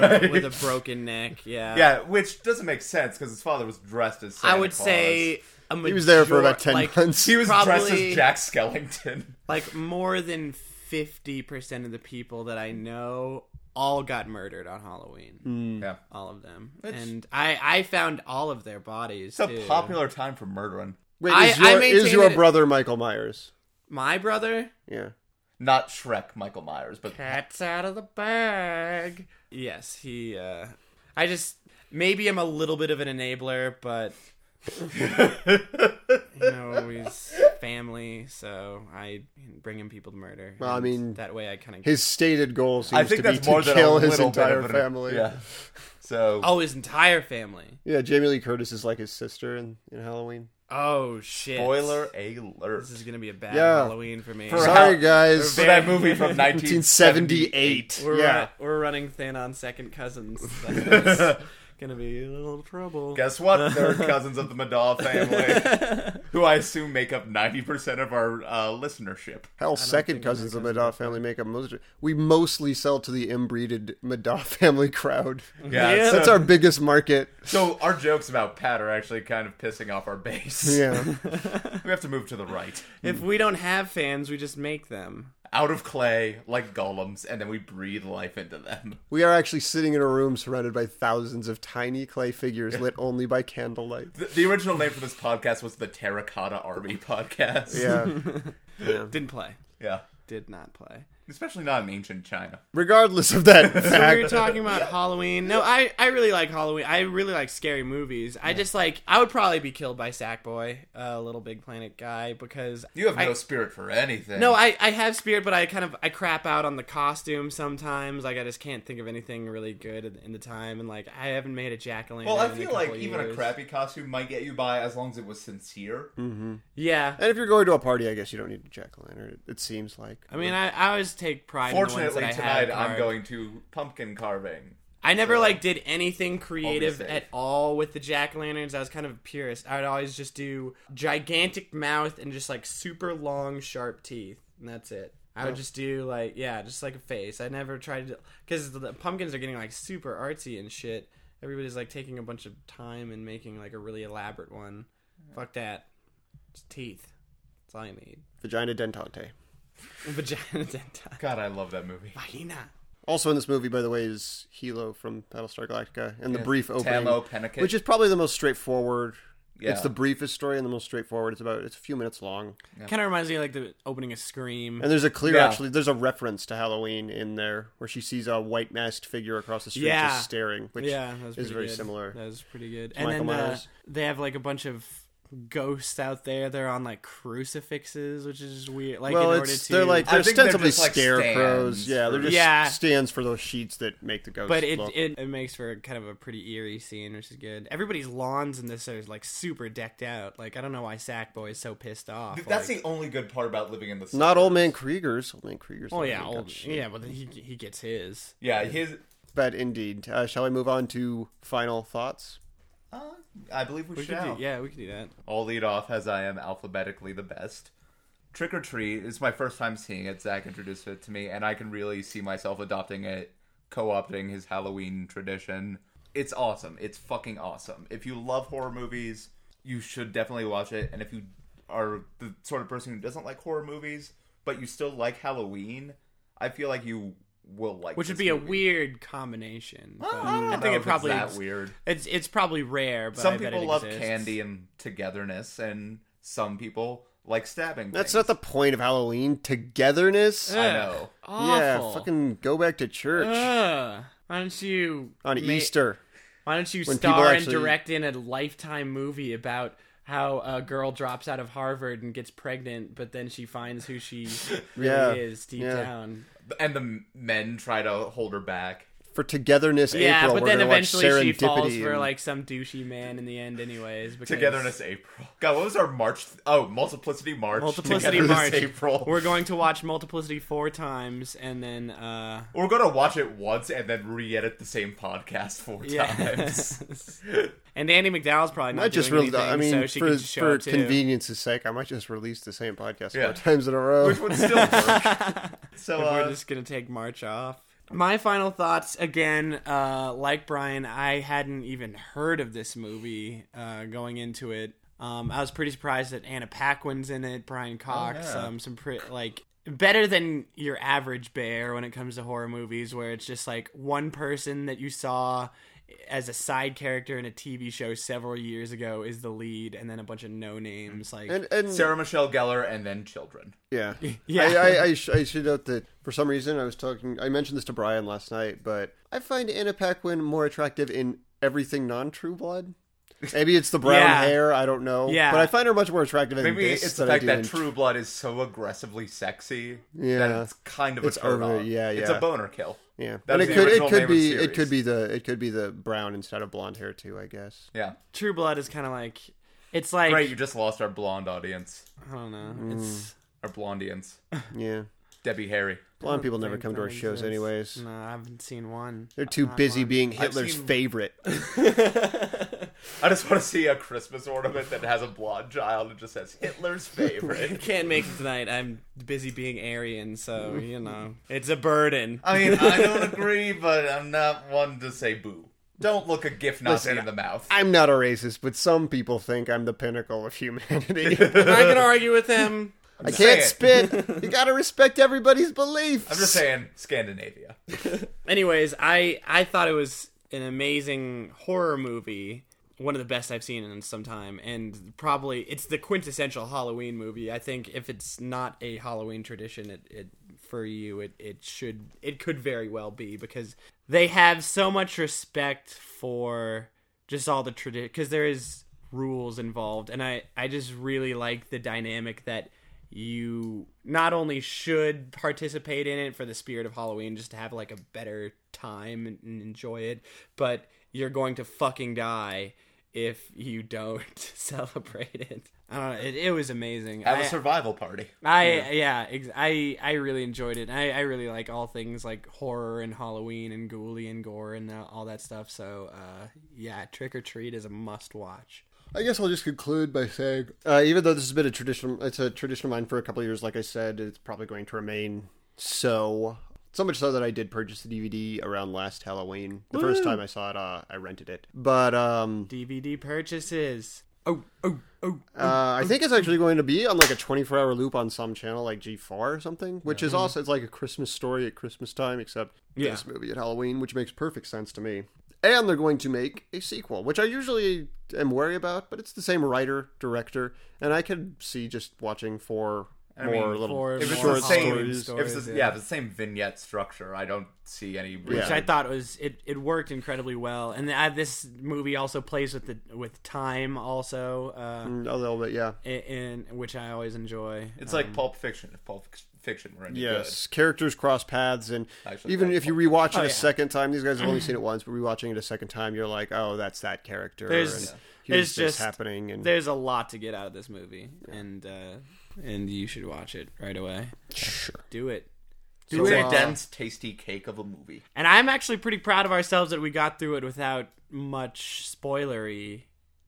[SPEAKER 5] a broken neck. Yeah.
[SPEAKER 1] Yeah, which doesn't make sense because his father was dressed as. Santa
[SPEAKER 5] I would
[SPEAKER 1] Claus.
[SPEAKER 5] say a
[SPEAKER 2] He was there for
[SPEAKER 5] major-
[SPEAKER 2] about 10
[SPEAKER 5] like,
[SPEAKER 2] months.
[SPEAKER 1] he was dressed
[SPEAKER 5] probably-
[SPEAKER 1] as Jack Skellington.
[SPEAKER 5] (laughs) Like more than fifty percent of the people that I know all got murdered on Halloween.
[SPEAKER 2] Mm.
[SPEAKER 1] Yeah,
[SPEAKER 5] All of them, and I I found all of their
[SPEAKER 1] it's
[SPEAKER 5] bodies.
[SPEAKER 1] a
[SPEAKER 5] too.
[SPEAKER 1] popular time for murdering.
[SPEAKER 2] Wait,
[SPEAKER 5] I-
[SPEAKER 2] is
[SPEAKER 5] I
[SPEAKER 2] your, is
[SPEAKER 5] maintain
[SPEAKER 2] your
[SPEAKER 5] that it-
[SPEAKER 2] brother Michael Myers?
[SPEAKER 5] My brother,
[SPEAKER 2] Yeah.
[SPEAKER 1] Not Shrek, Michael Myers, but
[SPEAKER 5] cat's out of the bag. Yes, he. uh I just maybe I'm a little bit of an enabler,
[SPEAKER 2] (laughs)
[SPEAKER 5] but. you know he's family, so I bring him people to murder.
[SPEAKER 2] Well, I
[SPEAKER 5] and
[SPEAKER 2] mean,
[SPEAKER 5] that way I kind of
[SPEAKER 2] His stated goal
[SPEAKER 1] I
[SPEAKER 2] seems
[SPEAKER 1] think
[SPEAKER 2] to be
[SPEAKER 1] that's more
[SPEAKER 2] to
[SPEAKER 1] than
[SPEAKER 2] kill
[SPEAKER 1] a
[SPEAKER 2] his
[SPEAKER 1] little
[SPEAKER 2] entire
[SPEAKER 1] bit of an-
[SPEAKER 2] family.
[SPEAKER 1] Yeah. So
[SPEAKER 5] Oh, his entire family.
[SPEAKER 2] Yeah, Jamie Lee Curtis is like his sister in, in Halloween.
[SPEAKER 5] Oh shit!
[SPEAKER 1] spoiler alert
[SPEAKER 5] This is gonna be a bad
[SPEAKER 2] Yeah.
[SPEAKER 5] Halloween for me.
[SPEAKER 1] For
[SPEAKER 5] We're-
[SPEAKER 1] how-
[SPEAKER 2] Sorry, guys.
[SPEAKER 1] for that movie from
[SPEAKER 2] 1978.
[SPEAKER 1] 1978.
[SPEAKER 5] We're,
[SPEAKER 2] yeah.
[SPEAKER 5] we're running thin on
[SPEAKER 2] (laughs)
[SPEAKER 5] second cousins. That's gonna be a little trouble.
[SPEAKER 1] Guess what? They're cousins of the
[SPEAKER 5] (laughs)
[SPEAKER 1] Madal family, who I assume make up ninety percent of our uh, listenership.
[SPEAKER 2] Hell, second cousins of the Madoff family make up most. of- We mostly sell to the inbreeded Madoff (laughs)
[SPEAKER 1] (laughs)
[SPEAKER 2] family crowd.
[SPEAKER 1] Yeah,
[SPEAKER 5] Yeah.
[SPEAKER 1] so,
[SPEAKER 2] That's our biggest market.
[SPEAKER 1] so our jokes about Pat are actually kind of pissing off our
[SPEAKER 2] (laughs)
[SPEAKER 1] base. (laughs)
[SPEAKER 2] Yeah.
[SPEAKER 1] we have to move to the right.
[SPEAKER 5] If we don't have fans, we just make them.
[SPEAKER 1] out of clay like golems, and then we breathe life into them.
[SPEAKER 2] We are actually sitting in a room surrounded by thousands of tiny clay figures lit only by
[SPEAKER 1] (laughs)
[SPEAKER 2] candlelight.
[SPEAKER 1] The, the original name for this podcast was the Terracotta Army Podcast.
[SPEAKER 2] Yeah.
[SPEAKER 5] Didn't play.
[SPEAKER 1] Yeah.
[SPEAKER 5] did not play.
[SPEAKER 1] especially not in ancient China.
[SPEAKER 2] Regardless of that
[SPEAKER 5] So we were
[SPEAKER 1] (laughs)
[SPEAKER 2] fact,
[SPEAKER 5] talking about Halloween. No, I, I really like Halloween. I really like scary movies. I just like I would probably be killed by Sackboy, a Little Big Planet guy, because
[SPEAKER 1] You have
[SPEAKER 5] I-
[SPEAKER 1] no spirit for anything.
[SPEAKER 5] No, I, I have spirit, but I kind of I crap out on the costume sometimes. Like I just can't think of anything really good in, in the time, and like I haven't made a jack o' lantern.
[SPEAKER 1] Well, I
[SPEAKER 5] in a
[SPEAKER 1] feel
[SPEAKER 5] couple
[SPEAKER 1] like
[SPEAKER 5] of
[SPEAKER 1] even a
[SPEAKER 5] years. Mm-hmm.
[SPEAKER 1] crappy costume might get you by as long as it was sincere. (laughs)
[SPEAKER 5] Yeah,
[SPEAKER 2] and if you're going to a party, I guess you don't need a jack o' lantern. It seems like.
[SPEAKER 5] I mean, I, I always take pride. in the
[SPEAKER 1] Fortunately,
[SPEAKER 5] ones that I have
[SPEAKER 1] tonight I'm
[SPEAKER 5] carved.
[SPEAKER 1] going to pumpkin carving.
[SPEAKER 5] I never like did anything creative
[SPEAKER 1] safe.
[SPEAKER 5] at all with the jack o' lanterns. I was kind of a purist. I would always just do gigantic mouth and just like super long, sharp teeth, and that's it. I would just do like yeah, just like a face. I never tried to because the pumpkins are getting like super artsy and shit. Everybody's like taking a bunch of time and making like a really elaborate one. Fuck that. It's teeth. That's all you need. (laughs)
[SPEAKER 2] Vagina dentante.
[SPEAKER 5] Vagina
[SPEAKER 1] (laughs)
[SPEAKER 5] dentata.
[SPEAKER 1] God, I love that movie.
[SPEAKER 5] Vagina.
[SPEAKER 2] Also in this movie, by the way, is Hilo from Battlestar Galactica and the brief opening,
[SPEAKER 1] Tamo Pennicott.
[SPEAKER 2] which is probably the most straightforward.
[SPEAKER 1] Yeah.
[SPEAKER 2] It's the briefest story and the most straightforward. It's about it's a few minutes long,
[SPEAKER 5] Kind of reminds me of, like the opening of Scream.
[SPEAKER 2] and there's a clear
[SPEAKER 1] Yeah.
[SPEAKER 2] actually. There's a reference to Halloween in there where she sees a white masked figure across the street
[SPEAKER 5] Yeah.
[SPEAKER 2] just staring, which
[SPEAKER 5] yeah, that was
[SPEAKER 2] is
[SPEAKER 5] pretty
[SPEAKER 2] very
[SPEAKER 5] good.
[SPEAKER 2] similar.
[SPEAKER 5] That was pretty good. And
[SPEAKER 2] Michael
[SPEAKER 5] then uh,
[SPEAKER 2] Myers.
[SPEAKER 5] they have like a bunch of ghosts out there. They're on like crucifixes, which is just weird. Like
[SPEAKER 2] well,
[SPEAKER 5] in order
[SPEAKER 2] it's
[SPEAKER 5] to
[SPEAKER 2] they're like
[SPEAKER 1] I
[SPEAKER 2] they're
[SPEAKER 1] think they're
[SPEAKER 2] ostensibly
[SPEAKER 1] just, like,
[SPEAKER 2] scarecrows.
[SPEAKER 1] stands
[SPEAKER 2] Yeah, they're
[SPEAKER 1] for-
[SPEAKER 2] just
[SPEAKER 5] Yeah.
[SPEAKER 2] stands for those sheets that make the ghost.
[SPEAKER 5] but it,
[SPEAKER 2] look.
[SPEAKER 5] it it makes for kind of a pretty eerie scene, which is good. Everybody's lawns in this are like super decked out. Like I don't know why Sackboy is so pissed off.
[SPEAKER 1] Dude, That's
[SPEAKER 5] like-
[SPEAKER 1] the only good part about living in the sun.
[SPEAKER 2] not old man Krieger's. Old man Krieger's.
[SPEAKER 5] oh
[SPEAKER 2] not
[SPEAKER 5] yeah,
[SPEAKER 2] really got
[SPEAKER 5] old,
[SPEAKER 2] shit.
[SPEAKER 5] yeah. But then he he gets his.
[SPEAKER 1] Yeah, his.
[SPEAKER 2] But indeed, uh, shall we move on to final thoughts?
[SPEAKER 1] Uh, I believe we,
[SPEAKER 5] We could
[SPEAKER 1] shall.
[SPEAKER 5] do, yeah, we could do that.
[SPEAKER 1] I'll lead off as I am alphabetically the best. Trick or Treat is my first time seeing it. Zach introduced it to me, and I can really see myself adopting it, co opting his Halloween tradition. It's awesome. It's fucking awesome. If you love horror movies, you should definitely watch it. And if you are the sort of person who doesn't like horror movies, but you still like Halloween, I feel like you will like
[SPEAKER 5] Which would
[SPEAKER 1] this
[SPEAKER 5] be a
[SPEAKER 1] movie.
[SPEAKER 5] weird combination. but
[SPEAKER 1] I
[SPEAKER 2] Ah,
[SPEAKER 1] don't
[SPEAKER 5] I think
[SPEAKER 1] know
[SPEAKER 5] it
[SPEAKER 1] if
[SPEAKER 5] probably
[SPEAKER 1] it's that weird.
[SPEAKER 5] It's it's probably rare, but I
[SPEAKER 1] Some
[SPEAKER 5] bet
[SPEAKER 1] people
[SPEAKER 5] it
[SPEAKER 1] love
[SPEAKER 5] exists.
[SPEAKER 1] candy and togetherness, and some people like stabbing.
[SPEAKER 2] That's
[SPEAKER 1] things.
[SPEAKER 2] not the point of Halloween. Togetherness.
[SPEAKER 1] I know.
[SPEAKER 2] Yeah,
[SPEAKER 5] Awful.
[SPEAKER 2] fucking go back to church
[SPEAKER 5] Ugh. Why don't you
[SPEAKER 2] on
[SPEAKER 5] ma-
[SPEAKER 2] Easter.
[SPEAKER 5] Why don't you
[SPEAKER 2] when people
[SPEAKER 5] star
[SPEAKER 2] actually-
[SPEAKER 5] and direct in a lifetime movie about how a girl drops out of Harvard and gets pregnant, but then she finds
[SPEAKER 2] (laughs)
[SPEAKER 5] who she really
[SPEAKER 2] Yeah.
[SPEAKER 5] is deep
[SPEAKER 2] Yeah.
[SPEAKER 5] down.
[SPEAKER 1] And the men try to hold her back.
[SPEAKER 2] For togetherness,
[SPEAKER 5] yeah,
[SPEAKER 2] April.
[SPEAKER 5] but
[SPEAKER 2] we're
[SPEAKER 5] then
[SPEAKER 2] gonna watch
[SPEAKER 5] eventually she falls
[SPEAKER 2] Serendipity
[SPEAKER 5] for
[SPEAKER 2] and-
[SPEAKER 5] like some douchey man in the end, anyways. Because
[SPEAKER 1] Togetherness April. God, what was our March? Th- oh, Multiplicity March.
[SPEAKER 5] Multiplicity
[SPEAKER 1] Togetherness (laughs)
[SPEAKER 5] March.
[SPEAKER 1] April.
[SPEAKER 5] We're going to watch Multiplicity four times, and then uh,
[SPEAKER 1] We're going to watch it once and then re-edit the same podcast four times. (laughs)
[SPEAKER 5] yes. and Andy McDowell's probably not
[SPEAKER 2] I just
[SPEAKER 5] doing
[SPEAKER 2] really, I
[SPEAKER 5] anything,
[SPEAKER 2] mean,
[SPEAKER 5] so she
[SPEAKER 2] for,
[SPEAKER 5] can just show
[SPEAKER 2] for
[SPEAKER 5] up, too.
[SPEAKER 2] convenience's sake, I might just release the same podcast
[SPEAKER 1] Yeah.
[SPEAKER 2] four times in a row.
[SPEAKER 1] Which would still work. (laughs) So
[SPEAKER 5] We're
[SPEAKER 1] uh,
[SPEAKER 5] just gonna take March off. My final thoughts again, uh, like Brian, I hadn't even heard of this movie uh, going into it. Um, I was pretty surprised that Anna Paquin's in it, Brian Cox,
[SPEAKER 1] Oh, yeah.
[SPEAKER 5] um, some pretty like better than your average bear when it comes to horror movies, where it's just like one person that you saw as a side character in a TV show several years ago is the lead, and then a bunch of no names like
[SPEAKER 2] And, and
[SPEAKER 1] Sarah Michelle Gellar and then children. (laughs)
[SPEAKER 2] Yeah.
[SPEAKER 5] Yeah.
[SPEAKER 2] I, I, I, sh- I should note that for some reason I was talking, I mentioned this to Brian last night, but I find Anna Paquin more attractive in everything non True Blood. Maybe it's the brown
[SPEAKER 5] Yeah.
[SPEAKER 2] hair, I don't know.
[SPEAKER 5] Yeah.
[SPEAKER 2] But I find her much more attractive in
[SPEAKER 1] Maybe
[SPEAKER 2] this
[SPEAKER 1] it's the
[SPEAKER 2] than
[SPEAKER 1] fact
[SPEAKER 2] I do
[SPEAKER 1] that
[SPEAKER 2] in-
[SPEAKER 1] True Blood is so aggressively sexy that
[SPEAKER 2] Yeah.
[SPEAKER 1] it's kind of a
[SPEAKER 2] It's
[SPEAKER 1] turn
[SPEAKER 2] over-
[SPEAKER 1] on.
[SPEAKER 2] yeah,
[SPEAKER 1] It's
[SPEAKER 2] yeah.
[SPEAKER 1] a boner kill.
[SPEAKER 2] Yeah.
[SPEAKER 1] That
[SPEAKER 2] and
[SPEAKER 1] was
[SPEAKER 2] it
[SPEAKER 1] the
[SPEAKER 2] could it
[SPEAKER 1] original
[SPEAKER 2] could
[SPEAKER 1] name of
[SPEAKER 2] be
[SPEAKER 1] the
[SPEAKER 2] it could
[SPEAKER 1] series.
[SPEAKER 2] be the it could be the brown instead of blonde hair too, I guess.
[SPEAKER 1] Yeah.
[SPEAKER 5] True Blood is kind of like it's like
[SPEAKER 1] Right, Mm. you just lost our blonde audience.
[SPEAKER 5] I don't know, it's.
[SPEAKER 1] Our blondians.
[SPEAKER 2] Yeah.
[SPEAKER 1] Debbie Harry.
[SPEAKER 2] Blonde people never
[SPEAKER 5] think
[SPEAKER 2] come to
[SPEAKER 5] that
[SPEAKER 2] our shows
[SPEAKER 5] exists.
[SPEAKER 2] anyways.
[SPEAKER 5] No, I haven't seen one.
[SPEAKER 2] They're too busy being Hitler's
[SPEAKER 1] seen-
[SPEAKER 2] favorite.
[SPEAKER 1] I just want to see a Christmas ornament that has a blonde child and just says Hitler's favorite.
[SPEAKER 5] Can't make it tonight. I'm busy being Aryan, (laughs) so you know it's a burden.
[SPEAKER 1] I mean, I don't agree, but I'm not one to say boo. Don't look a gift Nazi in the mouth.
[SPEAKER 2] I'm not a racist, but some people think I'm the pinnacle of humanity.
[SPEAKER 1] (laughs)
[SPEAKER 5] I'm not (laughs) gonna argue with him.
[SPEAKER 2] I can't
[SPEAKER 1] Just (laughs)
[SPEAKER 2] spit. You gotta respect everybody's beliefs.
[SPEAKER 1] I'm just saying, Scandinavia.
[SPEAKER 5] Anyways, I I thought it was an amazing horror movie. one of the best I've seen in some time, and probably it's the quintessential Halloween movie. I think if it's not a Halloween tradition, it, it for you, it it should it could very well be because they have so much respect for just all the tradition because there is rules involved, and I I just really like the dynamic that you not only should participate in it for the spirit of Halloween, just to have like a better time and, and enjoy it, but you're going to fucking die if you don't (laughs) celebrate it. I don't know. It, it was amazing.
[SPEAKER 1] Have
[SPEAKER 5] I-
[SPEAKER 1] a survival party.
[SPEAKER 5] I yeah, ex- I I really enjoyed it. I I really like all things like horror and Halloween and ghoulie and gore and uh, all that stuff. So uh, yeah, Trick or Treat is a must watch.
[SPEAKER 2] I guess I'll just conclude by saying, uh, even though this has been a tradition, it's a tradition of mine for a couple of years. Like I said, it's probably going to remain so. So much so that I did purchase the DVD around last Halloween. The first time I saw it, uh, I rented it. But um,
[SPEAKER 5] DVD purchases. Oh oh oh.
[SPEAKER 2] uh, I think it's actually going to be on like a 24-hour loop on some channel, like G4 or something, which is also it's like a Christmas story at Christmas time, except
[SPEAKER 5] Mm-hmm. Yeah.
[SPEAKER 2] this movie at Halloween, which makes perfect sense to me. And they're going to make a sequel, which I usually am wary about, but it's the same writer, director, and I could see just watching four
[SPEAKER 1] mean,
[SPEAKER 2] more little
[SPEAKER 5] four
[SPEAKER 2] short
[SPEAKER 1] If it's
[SPEAKER 5] more
[SPEAKER 1] the same,
[SPEAKER 5] Halloween
[SPEAKER 2] stories.
[SPEAKER 1] if it's the,
[SPEAKER 5] stories,
[SPEAKER 1] yeah.
[SPEAKER 5] yeah.
[SPEAKER 1] if it's the same vignette structure, I don't see any.
[SPEAKER 2] Yeah.
[SPEAKER 1] reason.
[SPEAKER 5] which I thought was it, it worked incredibly well, and uh, this movie also plays with the with time also, uh,
[SPEAKER 2] A little bit, yeah.
[SPEAKER 1] Mm-hmm.
[SPEAKER 5] in, in which I always enjoy.
[SPEAKER 1] It's like Pulp Fiction. If Pulp Fic- Fiction were any
[SPEAKER 2] Yes, characters cross paths, and
[SPEAKER 1] Actually,
[SPEAKER 2] even
[SPEAKER 1] that's
[SPEAKER 2] if you rewatch it
[SPEAKER 5] Oh,
[SPEAKER 2] a
[SPEAKER 5] yeah.
[SPEAKER 2] second time, these guys have
[SPEAKER 5] (clears throat)
[SPEAKER 2] only seen it once, but rewatching it a second time, you're like, oh, that's that character.
[SPEAKER 5] There's-
[SPEAKER 2] and here's
[SPEAKER 5] there's
[SPEAKER 2] this
[SPEAKER 5] just-
[SPEAKER 2] happening, and
[SPEAKER 5] There's a lot to get out of this movie, and uh, and you should watch it right away.
[SPEAKER 2] sure.
[SPEAKER 5] Do it.
[SPEAKER 1] good. It's a dense, tasty cake of a movie.
[SPEAKER 5] And I'm actually pretty proud of ourselves that we got through it without much spoileryness.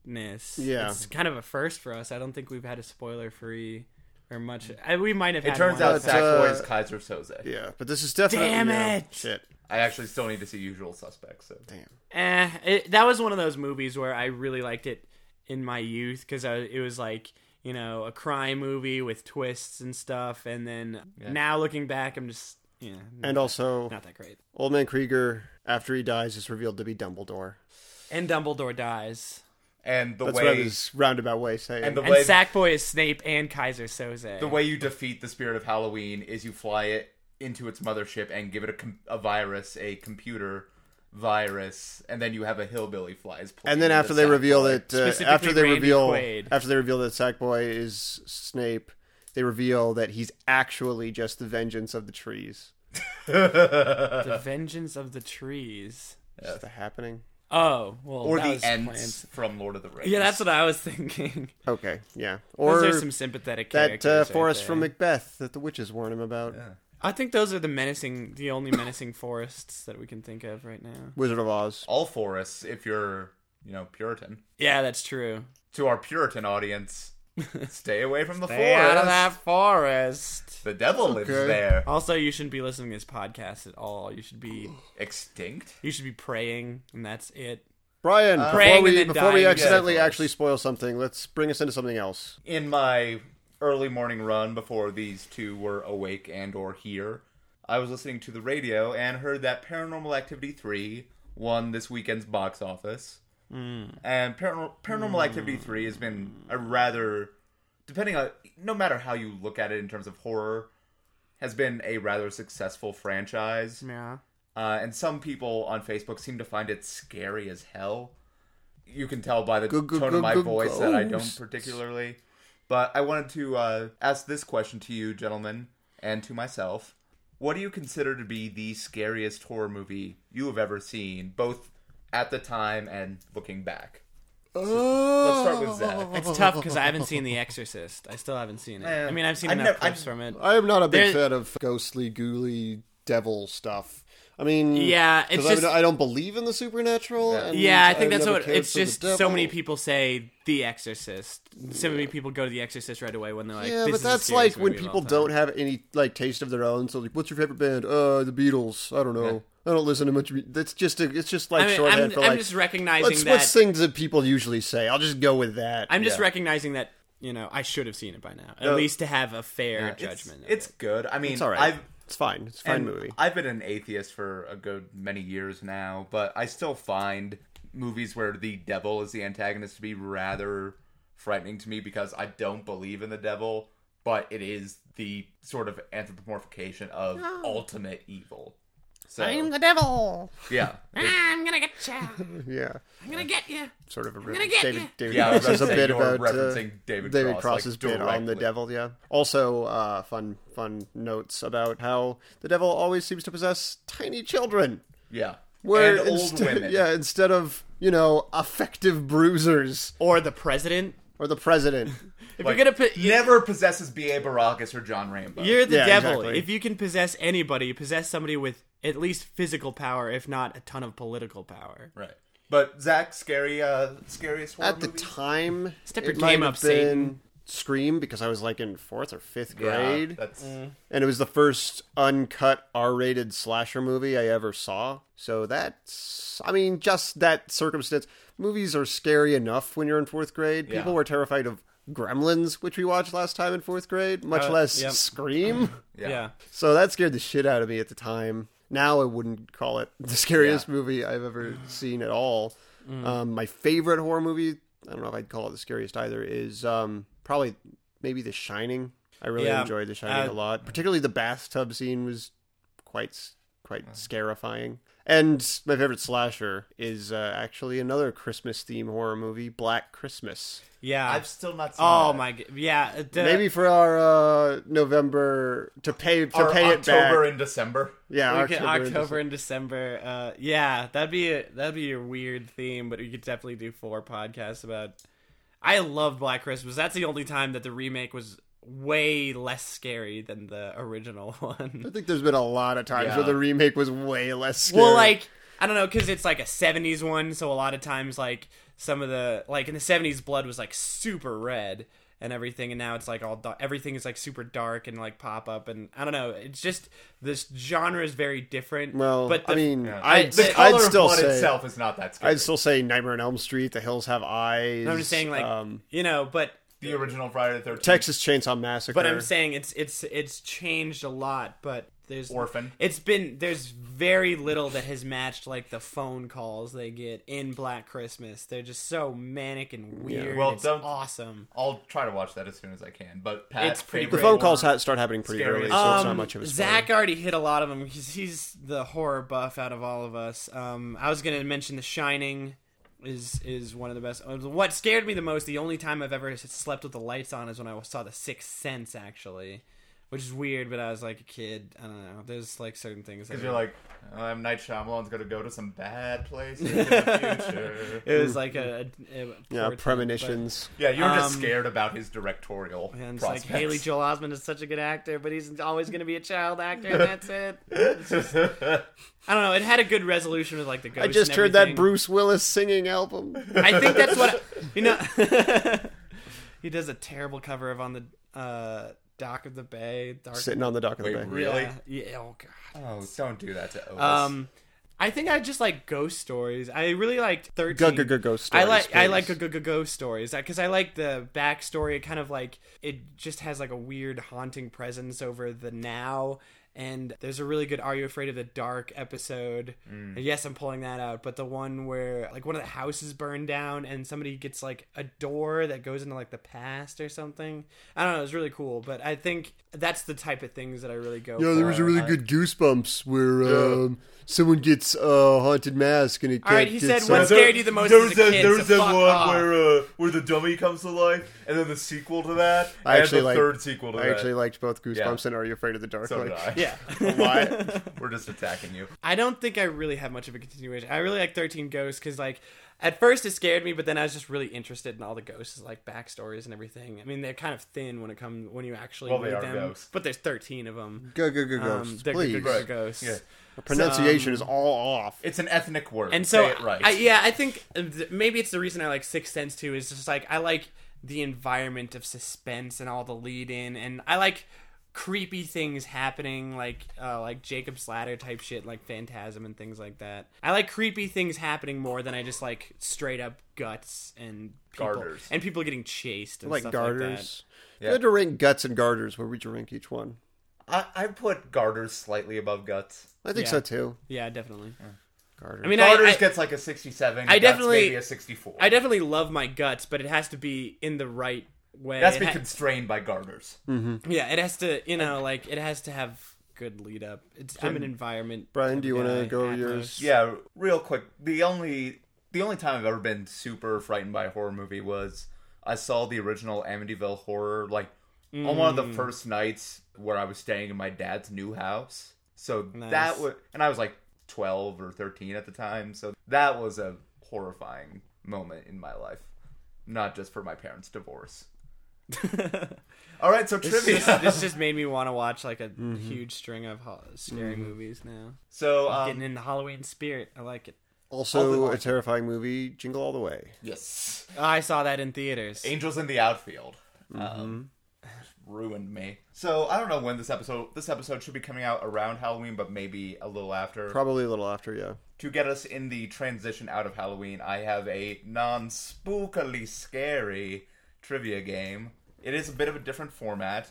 [SPEAKER 2] Yeah.
[SPEAKER 5] it's kind of a first for us. I don't think we've had a spoiler-free or much. I, we might have.
[SPEAKER 1] It
[SPEAKER 5] had
[SPEAKER 1] turns
[SPEAKER 5] one,
[SPEAKER 1] out
[SPEAKER 5] but-
[SPEAKER 2] That's, uh,
[SPEAKER 1] Sackboy is Kaiser Soze.
[SPEAKER 2] Yeah, but this is definitely
[SPEAKER 5] Damn
[SPEAKER 2] yeah,
[SPEAKER 5] it!
[SPEAKER 2] shit.
[SPEAKER 1] I actually still need to see Usual Suspects. So.
[SPEAKER 2] Damn.
[SPEAKER 5] eh, it, that was one of those movies where I really liked it in my youth because it was like you know a crime movie with twists and stuff. And then now looking back, I'm just yeah,
[SPEAKER 2] And also,
[SPEAKER 5] not that great.
[SPEAKER 2] Old Man Krieger, after he dies, is revealed to be Dumbledore.
[SPEAKER 5] And Dumbledore dies.
[SPEAKER 1] And the
[SPEAKER 2] That's what I
[SPEAKER 1] way
[SPEAKER 2] was roundabout way saying.
[SPEAKER 1] and the
[SPEAKER 5] And
[SPEAKER 1] way
[SPEAKER 5] Sackboy is Snape and Kaiser Soze.
[SPEAKER 1] the way you defeat the spirit of Halloween is you fly it into its mothership and give it a, com- a virus, a computer virus, and then you have a hillbilly flies.
[SPEAKER 2] and then after they reveal that, uh,
[SPEAKER 5] Specifically
[SPEAKER 2] after they
[SPEAKER 5] Randy
[SPEAKER 2] reveal,
[SPEAKER 5] Quaid.
[SPEAKER 2] after they reveal that Sackboy is Snape, they reveal that he's actually just the vengeance of the trees.
[SPEAKER 5] the Vengeance of the Trees.
[SPEAKER 2] Is the happening?
[SPEAKER 5] Oh,
[SPEAKER 1] (laughs)
[SPEAKER 5] well,
[SPEAKER 1] or
[SPEAKER 5] that
[SPEAKER 1] the
[SPEAKER 5] was
[SPEAKER 1] ends
[SPEAKER 5] planned.
[SPEAKER 1] from Lord of the Rings.
[SPEAKER 5] Yeah, that's what I was thinking. (laughs)
[SPEAKER 2] Okay, yeah.
[SPEAKER 5] Those
[SPEAKER 2] Or
[SPEAKER 5] are some sympathetic
[SPEAKER 2] that
[SPEAKER 5] characters.
[SPEAKER 2] uh,
[SPEAKER 5] right
[SPEAKER 2] forest
[SPEAKER 5] there.
[SPEAKER 2] from Macbeth that the witches warn him about.
[SPEAKER 5] I think those are the menacing, the only menacing forests that we can think of right now.
[SPEAKER 2] Wizard of Oz.
[SPEAKER 1] all forests if you're you know Puritan.
[SPEAKER 5] Yeah, that's true.
[SPEAKER 1] To our Puritan
[SPEAKER 5] (laughs)
[SPEAKER 1] audience, stay away from the
[SPEAKER 5] Stay
[SPEAKER 1] forest.
[SPEAKER 5] out of that forest.
[SPEAKER 1] The devil lives
[SPEAKER 2] Okay.
[SPEAKER 1] there.
[SPEAKER 5] Also, you shouldn't be listening to this podcast at all. You should be,
[SPEAKER 1] Extinct.
[SPEAKER 5] you should be praying, and that's it.
[SPEAKER 2] Brian, before
[SPEAKER 5] Praying and
[SPEAKER 2] we
[SPEAKER 5] then
[SPEAKER 2] before we
[SPEAKER 5] dying.
[SPEAKER 2] accidentally
[SPEAKER 1] Yeah.
[SPEAKER 2] actually spoil something, let's bring us into something else.
[SPEAKER 1] In my early morning run before these two were awake and or here, I was listening to the radio and heard that Paranormal Activity 3 won this weekend's box office. And Paranor- Paranormal Activity 3 has been a rather depending on no matter how you look at it in terms of horror has been a rather successful franchise.
[SPEAKER 5] Yeah.
[SPEAKER 1] Uh, and some people on Facebook seem to find it scary as hell. You can tell by the
[SPEAKER 2] go,
[SPEAKER 1] tone
[SPEAKER 2] go,
[SPEAKER 1] of my
[SPEAKER 2] go,
[SPEAKER 1] voice that I don't
[SPEAKER 2] ghosts.
[SPEAKER 1] particularly. But I wanted to uh, ask this question to you, gentlemen, and to myself. What do you consider to be the scariest horror movie you have ever seen, both at the time and looking back? Let's start with Zach.
[SPEAKER 5] It's tough because I haven't seen The Exorcist. I still haven't seen it. I mean, I've seen
[SPEAKER 1] I
[SPEAKER 5] enough
[SPEAKER 1] never- I-
[SPEAKER 5] clips from it.
[SPEAKER 2] I am not a big
[SPEAKER 5] There-
[SPEAKER 2] fan of ghostly, ghouly, devil stuff. I mean,
[SPEAKER 5] Yeah, it's
[SPEAKER 2] 'cause I,
[SPEAKER 5] just-
[SPEAKER 2] I don't believe in the supernatural. and
[SPEAKER 5] Yeah, I think
[SPEAKER 2] I've
[SPEAKER 5] that's
[SPEAKER 2] never
[SPEAKER 5] what
[SPEAKER 2] cared
[SPEAKER 5] it's
[SPEAKER 2] for the
[SPEAKER 5] just. So
[SPEAKER 2] devil.
[SPEAKER 5] many people say The Exorcist. So many people go to The Exorcist right away when they're like,
[SPEAKER 2] Yeah,
[SPEAKER 5] this
[SPEAKER 2] but
[SPEAKER 5] is the
[SPEAKER 2] that's like
[SPEAKER 5] scariest
[SPEAKER 2] when
[SPEAKER 5] movie of
[SPEAKER 2] people
[SPEAKER 5] all
[SPEAKER 2] don't
[SPEAKER 5] time."
[SPEAKER 2] have any like taste of their own. So, like, what's your favorite band? Uh, the Beatles. I don't know. I don't listen to much. mu- That's just a, it's just like
[SPEAKER 5] I mean,
[SPEAKER 2] shorthand
[SPEAKER 5] I'm-
[SPEAKER 2] for
[SPEAKER 5] I'm
[SPEAKER 2] like.
[SPEAKER 5] just recognizing
[SPEAKER 2] let's,
[SPEAKER 5] that-
[SPEAKER 2] What's things that people usually say? I'll just go with that.
[SPEAKER 5] I'm just
[SPEAKER 1] Yeah.
[SPEAKER 5] recognizing that you know I should have seen it by now, at
[SPEAKER 1] No.
[SPEAKER 5] least to have a fair
[SPEAKER 1] It's-
[SPEAKER 5] judgment. of
[SPEAKER 1] It's,
[SPEAKER 5] it.
[SPEAKER 1] good. I mean,
[SPEAKER 2] it's all right.
[SPEAKER 1] I've
[SPEAKER 2] it's fine. It's a fine
[SPEAKER 1] And
[SPEAKER 2] movie.
[SPEAKER 1] I've been an atheist for a good many years now, but I still find movies where the devil is the antagonist to be rather frightening to me because I don't believe in the devil, but it is the sort of anthropomorphication of ultimate evil. So
[SPEAKER 6] I'm Ah. the devil. Ah.
[SPEAKER 1] yeah,
[SPEAKER 6] I'm gonna get you. I'm
[SPEAKER 2] Yeah,
[SPEAKER 6] gonna get you.
[SPEAKER 2] sort of a real
[SPEAKER 6] get
[SPEAKER 2] David.
[SPEAKER 6] ya.
[SPEAKER 2] David
[SPEAKER 1] Yeah, I was
[SPEAKER 2] Cross has
[SPEAKER 1] about to
[SPEAKER 2] a
[SPEAKER 1] say,
[SPEAKER 2] bit
[SPEAKER 1] you're
[SPEAKER 2] about uh,
[SPEAKER 1] referencing David Cross, like,
[SPEAKER 2] Cross's bit on the
[SPEAKER 1] directly.
[SPEAKER 2] devil. Yeah. Also, uh, fun fun notes about how the devil always seems to possess tiny children.
[SPEAKER 1] yeah.
[SPEAKER 2] Where
[SPEAKER 1] and old
[SPEAKER 2] instead-
[SPEAKER 1] women.
[SPEAKER 2] (laughs) Yeah, instead of you know effective bruisers
[SPEAKER 5] or the president.
[SPEAKER 2] or the president.
[SPEAKER 5] If
[SPEAKER 1] Like,
[SPEAKER 5] you're gonna put,
[SPEAKER 1] never possesses B.A. Baracus or John Rambo.
[SPEAKER 5] you're the
[SPEAKER 2] Yeah,
[SPEAKER 5] devil.
[SPEAKER 2] exactly.
[SPEAKER 5] If you can possess anybody, possess somebody with at least physical power, if not a ton of political power.
[SPEAKER 1] right. But Zach, scary, uh, scariest horror
[SPEAKER 2] At the
[SPEAKER 1] movie?
[SPEAKER 2] time,
[SPEAKER 5] Step your
[SPEAKER 2] it might
[SPEAKER 5] game
[SPEAKER 2] have been
[SPEAKER 5] up, Satan.
[SPEAKER 2] Scream because I was like in fourth or fifth
[SPEAKER 1] Yeah,
[SPEAKER 2] grade. Mm.
[SPEAKER 1] that's
[SPEAKER 2] and it was the first uncut R-rated slasher movie I ever saw. So that's, I mean, just that circumstance. Movies are scary enough when you're in fourth grade.
[SPEAKER 1] Yeah.
[SPEAKER 2] People were terrified of Gremlins, which we watched last time in fourth grade, much less
[SPEAKER 5] yep.
[SPEAKER 2] Scream.
[SPEAKER 1] yeah.
[SPEAKER 2] so that scared the shit out of me at the time. Now I wouldn't call it the scariest movie I've
[SPEAKER 5] (sighs)
[SPEAKER 2] ever seen at all.
[SPEAKER 5] Mm.
[SPEAKER 2] Um, my favorite horror movie, I don't know if I'd call it the scariest either, is um, probably maybe The Shining. I really
[SPEAKER 5] Yeah,
[SPEAKER 2] enjoyed The Shining
[SPEAKER 5] uh,
[SPEAKER 2] a lot. Particularly the bathtub scene was quite s- quite scarifying. And my favorite slasher is uh, actually another Christmas theme horror movie, Black Christmas.
[SPEAKER 5] yeah.
[SPEAKER 1] I've still not seen.
[SPEAKER 5] oh
[SPEAKER 1] that.
[SPEAKER 5] my, g- yeah. uh, the-
[SPEAKER 2] Maybe for our uh, November to pay to
[SPEAKER 1] Or
[SPEAKER 2] pay it back.
[SPEAKER 1] October and December.
[SPEAKER 2] yeah,
[SPEAKER 5] we could-
[SPEAKER 2] and December.
[SPEAKER 5] October and December. Uh, yeah, that'd be a, that'd be a weird theme, but we could definitely do four podcasts about. I love Black Christmas. That's the only time that the remake was way less scary than the original (laughs)
[SPEAKER 2] I
[SPEAKER 5] one.
[SPEAKER 2] think there's been a lot of times
[SPEAKER 1] Yeah.
[SPEAKER 2] where the remake was way less scary.
[SPEAKER 5] well, like I don't know, because it's like a '70s one, so a lot of times like some of the like in the '70s, blood was like super red and everything, and now it's like all da- everything is like super dark and like pop up, and I don't know. It's just this genre is very different.
[SPEAKER 2] well,
[SPEAKER 5] but the,
[SPEAKER 2] I mean,
[SPEAKER 1] Yeah.
[SPEAKER 2] I'd,
[SPEAKER 1] the color
[SPEAKER 2] I'd still
[SPEAKER 1] of blood
[SPEAKER 2] say,
[SPEAKER 1] itself is not that scary.
[SPEAKER 2] I'd still say Nightmare on Elm Street, The Hills Have Eyes.
[SPEAKER 5] I'm just saying like
[SPEAKER 2] um,
[SPEAKER 5] you know, but
[SPEAKER 1] the original Friday the Thirteenth.
[SPEAKER 2] Texas Chainsaw Massacre.
[SPEAKER 5] But I'm saying it's it's it's changed a lot, but there's
[SPEAKER 1] Orphan.
[SPEAKER 5] It's been there's very little that has matched like the phone calls they get in Black Christmas. They're just so manic and weird.
[SPEAKER 1] Well,
[SPEAKER 5] it's
[SPEAKER 1] don't-
[SPEAKER 5] awesome.
[SPEAKER 1] I'll try to watch that as soon as I can. But Pat,
[SPEAKER 5] It's pretty
[SPEAKER 2] the
[SPEAKER 1] favorite-
[SPEAKER 5] great.
[SPEAKER 2] phone calls ha- start happening pretty
[SPEAKER 1] Scary.
[SPEAKER 2] early, so it's not
[SPEAKER 5] Um,
[SPEAKER 2] much of a spoiler.
[SPEAKER 5] Zach already hit a lot of them because he's the horror buff out of all of us. Um, I was gonna mention The Shining is is one of the best. Uh, What scared me the most, the only time I've ever slept with the lights on, is when I saw The Sixth Sense actually, which is weird. But I was like a kid. I don't know. There's like certain things that
[SPEAKER 1] 'Cause you're like, oh, M. Night Shyamalan's going to go to some bad places in the
[SPEAKER 2] (laughs)
[SPEAKER 1] future.
[SPEAKER 5] it was like a, a- a
[SPEAKER 2] yeah,
[SPEAKER 5] portent,
[SPEAKER 2] premonitions.
[SPEAKER 1] Yeah, you were just
[SPEAKER 5] Um,
[SPEAKER 1] scared about his directorial
[SPEAKER 5] but- And it's like
[SPEAKER 1] prospects. (laughs)
[SPEAKER 5] Haley Joel Osment is such a good actor, but he's always going to be a child actor, and
[SPEAKER 2] (laughs)
[SPEAKER 5] that's it. It's just- I don't know. It had a good resolution with like the ghost.
[SPEAKER 2] I just
[SPEAKER 5] and
[SPEAKER 2] heard that
[SPEAKER 5] everything.
[SPEAKER 2] Bruce Willis
[SPEAKER 1] (laughs)
[SPEAKER 2] singing album.
[SPEAKER 5] I think that's what you know. (laughs) he does a terrible cover of on the uh, dock of the bay. Dark
[SPEAKER 2] Sitting on the dock of the
[SPEAKER 1] Wait,
[SPEAKER 2] bay.
[SPEAKER 1] really?
[SPEAKER 5] Yeah, yeah, oh god.
[SPEAKER 1] Oh, don't do that to Otis.
[SPEAKER 5] Um, I think I just like ghost stories. I really liked thirteen.
[SPEAKER 2] Go- go- go- ghost
[SPEAKER 5] I like
[SPEAKER 2] stories,
[SPEAKER 5] I like
[SPEAKER 2] please.
[SPEAKER 5] go- go- go- ghost stories because I like the backstory. It kind of like it just has like a weird haunting presence over the now. And there's a really good "Are You Afraid of the Dark" episode.
[SPEAKER 2] Mm.
[SPEAKER 5] Yes, I'm pulling that out, but the one where like one of the houses burned down and somebody gets like a door that goes into like the past or something. I don't know. It was really cool, but I think that's the type of things that I really go.
[SPEAKER 4] Yeah, there
[SPEAKER 5] for.
[SPEAKER 4] was a really
[SPEAKER 5] I-
[SPEAKER 4] good Goosebumps where um, someone gets a uh, haunted mask and it
[SPEAKER 5] All
[SPEAKER 4] can't
[SPEAKER 5] right, he
[SPEAKER 4] get
[SPEAKER 5] said what
[SPEAKER 4] some-
[SPEAKER 5] scared you the most
[SPEAKER 1] there
[SPEAKER 5] as
[SPEAKER 1] was
[SPEAKER 5] a kid.
[SPEAKER 1] there was
[SPEAKER 5] so
[SPEAKER 1] that
[SPEAKER 5] fuck
[SPEAKER 1] one
[SPEAKER 5] off.
[SPEAKER 1] where uh, where the dummy comes to life, and then the sequel to that,
[SPEAKER 2] I
[SPEAKER 1] and
[SPEAKER 2] actually
[SPEAKER 1] the
[SPEAKER 2] like
[SPEAKER 1] third sequel to
[SPEAKER 2] I
[SPEAKER 1] that.
[SPEAKER 2] actually liked both Goosebumps
[SPEAKER 1] Yeah.
[SPEAKER 2] and Are You Afraid of the Dark?
[SPEAKER 1] so
[SPEAKER 2] like,
[SPEAKER 1] did I.
[SPEAKER 5] yeah, (laughs)
[SPEAKER 2] (laughs) Why?
[SPEAKER 1] We're just attacking you.
[SPEAKER 5] I don't think I really have much of a continuation. I really like Thirteen Ghosts because like at first it scared me, but then I was just really interested in all the ghosts, like backstories and everything. I mean, they're kind of thin when it comes when you actually
[SPEAKER 1] Well, they are
[SPEAKER 5] read them.
[SPEAKER 1] ghosts.
[SPEAKER 5] But there's thirteen of them.
[SPEAKER 2] (laughs) go go go
[SPEAKER 5] Um,
[SPEAKER 2] ghosts,
[SPEAKER 5] they're
[SPEAKER 2] please.
[SPEAKER 5] good, good, good ghosts.
[SPEAKER 1] Yeah.
[SPEAKER 2] Pronunciation is all off.
[SPEAKER 1] It's an ethnic word.
[SPEAKER 5] And so,
[SPEAKER 1] Say it right.
[SPEAKER 5] I, yeah, I think uh, th- maybe it's the reason I like Sixth Sense too. Is just like I like the environment of suspense and all the lead in, and I like creepy things happening, like uh, like Jacob's Ladder type shit, like Phantasm and things like that. I like creepy things happening more than I just like straight up guts and people,
[SPEAKER 1] Garters.
[SPEAKER 5] and people getting chased and
[SPEAKER 2] like
[SPEAKER 5] stuff
[SPEAKER 2] garters.
[SPEAKER 1] Yeah.
[SPEAKER 2] You had to rank guts and garters. Where would you rank each one?
[SPEAKER 1] I, I put garters slightly above guts.
[SPEAKER 2] I think
[SPEAKER 5] Yeah.
[SPEAKER 2] so too.
[SPEAKER 5] Like that. Yeah, definitely. I mean, I,
[SPEAKER 1] Garters
[SPEAKER 5] I,
[SPEAKER 1] gets like a 67.
[SPEAKER 5] I
[SPEAKER 1] Guts
[SPEAKER 5] definitely-
[SPEAKER 1] maybe a 64.
[SPEAKER 5] I definitely love my guts, but it has to be in the right way.
[SPEAKER 1] That's
[SPEAKER 5] It
[SPEAKER 1] been
[SPEAKER 5] ha-
[SPEAKER 1] constrained by garters.
[SPEAKER 5] yeah, it has to, you know, like it has to have good lead up. It's, I'm an environment.
[SPEAKER 2] Brian, do you
[SPEAKER 5] guy,
[SPEAKER 2] wanna go
[SPEAKER 5] Atmos.
[SPEAKER 2] yours?
[SPEAKER 1] Yeah, real quick. The only the only time I've ever been super frightened by a horror movie was I saw the original Amityville horror like on one of
[SPEAKER 5] Mm.
[SPEAKER 1] the first nights where I was staying in my dad's new house. So
[SPEAKER 5] Nice.
[SPEAKER 1] that was and I was like 12 or 13 at the time. So that was a horrifying moment in my life. Not just for my parents'
[SPEAKER 5] (laughs)
[SPEAKER 1] divorce. All right, so (laughs)
[SPEAKER 5] This
[SPEAKER 1] trivia.
[SPEAKER 5] just, this just made me want to watch like a
[SPEAKER 2] Mm-hmm.
[SPEAKER 5] huge string of ho- scary movies now.
[SPEAKER 1] so
[SPEAKER 5] Getting
[SPEAKER 1] um,
[SPEAKER 5] in the Halloween spirit, I like it.
[SPEAKER 2] Also, a terrifying movie, Jingle All the Way.
[SPEAKER 1] yes,
[SPEAKER 5] Oh, I saw that in theaters.
[SPEAKER 1] Angels in the outfield. Um, (sighs) ruined me. So I don't know when this episode this episode should be coming out around Halloween, but maybe a little after.
[SPEAKER 2] Probably a little after, yeah.
[SPEAKER 1] to get us in the transition out of Halloween, I have a non-spookily scary trivia game. It is a bit of a different format.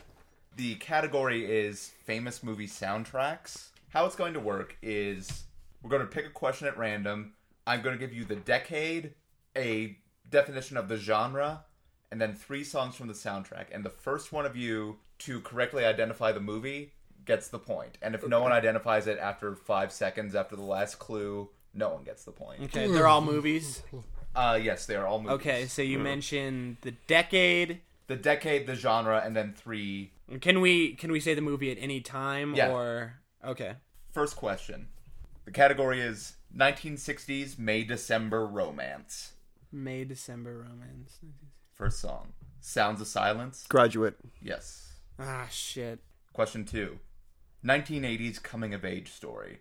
[SPEAKER 1] The category is famous movie soundtracks. How it's going to work is we're going to pick a question at random. I'm going to give you the decade, a definition of the genre, and then three songs from the soundtrack. And the first one of you to correctly identify the movie gets the point. And if no one identifies it after five seconds after the last clue, no one gets the point.
[SPEAKER 5] Okay, they're all movies.
[SPEAKER 1] Uh, yes, they are all movies.
[SPEAKER 5] Okay, so you mentioned the decade.
[SPEAKER 1] The decade, the genre, and then three.
[SPEAKER 5] Can we can we say the movie at any time
[SPEAKER 1] Yeah.
[SPEAKER 5] or okay?
[SPEAKER 1] First question. The category is 1960s May December romance.
[SPEAKER 5] May December romance.
[SPEAKER 1] First song. Sounds of Silence.
[SPEAKER 2] Graduate.
[SPEAKER 1] Yes.
[SPEAKER 5] Ah shit.
[SPEAKER 1] Question two 1980s coming of age story.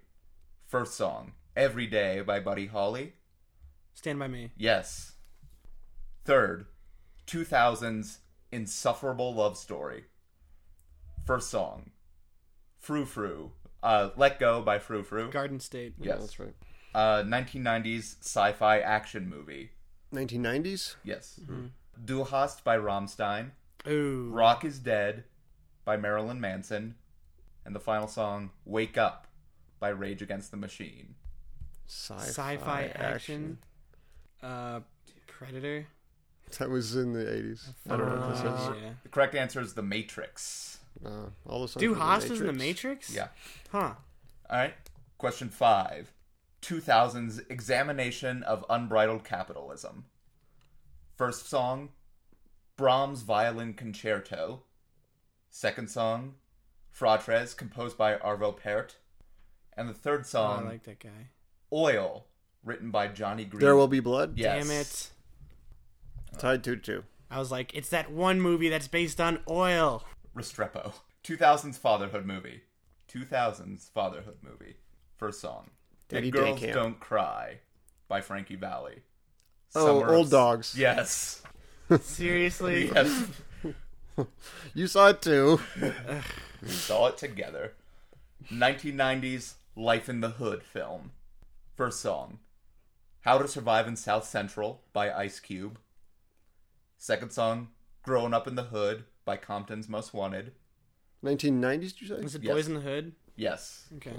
[SPEAKER 1] First song, Every Day by Buddy Holly.
[SPEAKER 5] Stand by me.
[SPEAKER 1] Yes. Third, 2000s insufferable love story. First song, Frou Frou. Uh, Let Go by Frou Frou.
[SPEAKER 5] Garden State.
[SPEAKER 1] yes.
[SPEAKER 2] That's right.
[SPEAKER 1] Uh, 1990s sci fi action movie.
[SPEAKER 2] 1990s?
[SPEAKER 1] Yes.
[SPEAKER 5] Mm-hmm.
[SPEAKER 1] Du hast by Rammstein.
[SPEAKER 5] Ooh.
[SPEAKER 1] Rock is Dead by Marilyn Manson. And the final song, Wake Up by Rage Against the Machine.
[SPEAKER 2] Sci-fi,
[SPEAKER 5] Sci-fi action. Uh, Predator. Uh,
[SPEAKER 2] That was in the 80s. I don't know what this is.
[SPEAKER 5] yeah.
[SPEAKER 1] The correct answer is The Matrix.
[SPEAKER 2] Uh, all the songs
[SPEAKER 5] Do
[SPEAKER 2] from
[SPEAKER 5] Haas is in the Matrix?
[SPEAKER 1] Yeah.
[SPEAKER 5] Huh.
[SPEAKER 1] All right. Question five 2000's Examination of Unbridled Capitalism. First song, Brahms Violin Concerto. Second song, Fratres, composed by Arvo Pärt. And the third
[SPEAKER 5] Oh,
[SPEAKER 1] song,
[SPEAKER 5] I like that guy.
[SPEAKER 1] Oil, written by Johnny Green.
[SPEAKER 2] There Will Be Blood?
[SPEAKER 1] Yes.
[SPEAKER 5] Damn it.
[SPEAKER 2] Tied 2 2.
[SPEAKER 5] I was like, it's that one movie that's based on oil.
[SPEAKER 1] Restrepo. 2000's fatherhood movie. 2000's fatherhood movie. First song.
[SPEAKER 2] Daddy
[SPEAKER 1] if Girls
[SPEAKER 2] Day Camp.
[SPEAKER 1] Don't Cry by Frankie Valley.
[SPEAKER 2] Oh,
[SPEAKER 1] Summer of
[SPEAKER 2] Old
[SPEAKER 1] S-
[SPEAKER 2] Dogs.
[SPEAKER 1] Yes. (laughs)
[SPEAKER 5] Seriously?
[SPEAKER 1] Yes.
[SPEAKER 2] You saw it too.
[SPEAKER 1] we saw it together. 1990's Life in the Hood film. First song. How to Survive in South Central by Ice Cube. Second song. Growing Up in the Hood by Compton's Most Wanted.
[SPEAKER 2] 1990s, did you say?
[SPEAKER 5] Was it
[SPEAKER 1] Yes.
[SPEAKER 5] Boys in the Hood?
[SPEAKER 1] Yes.
[SPEAKER 5] Okay.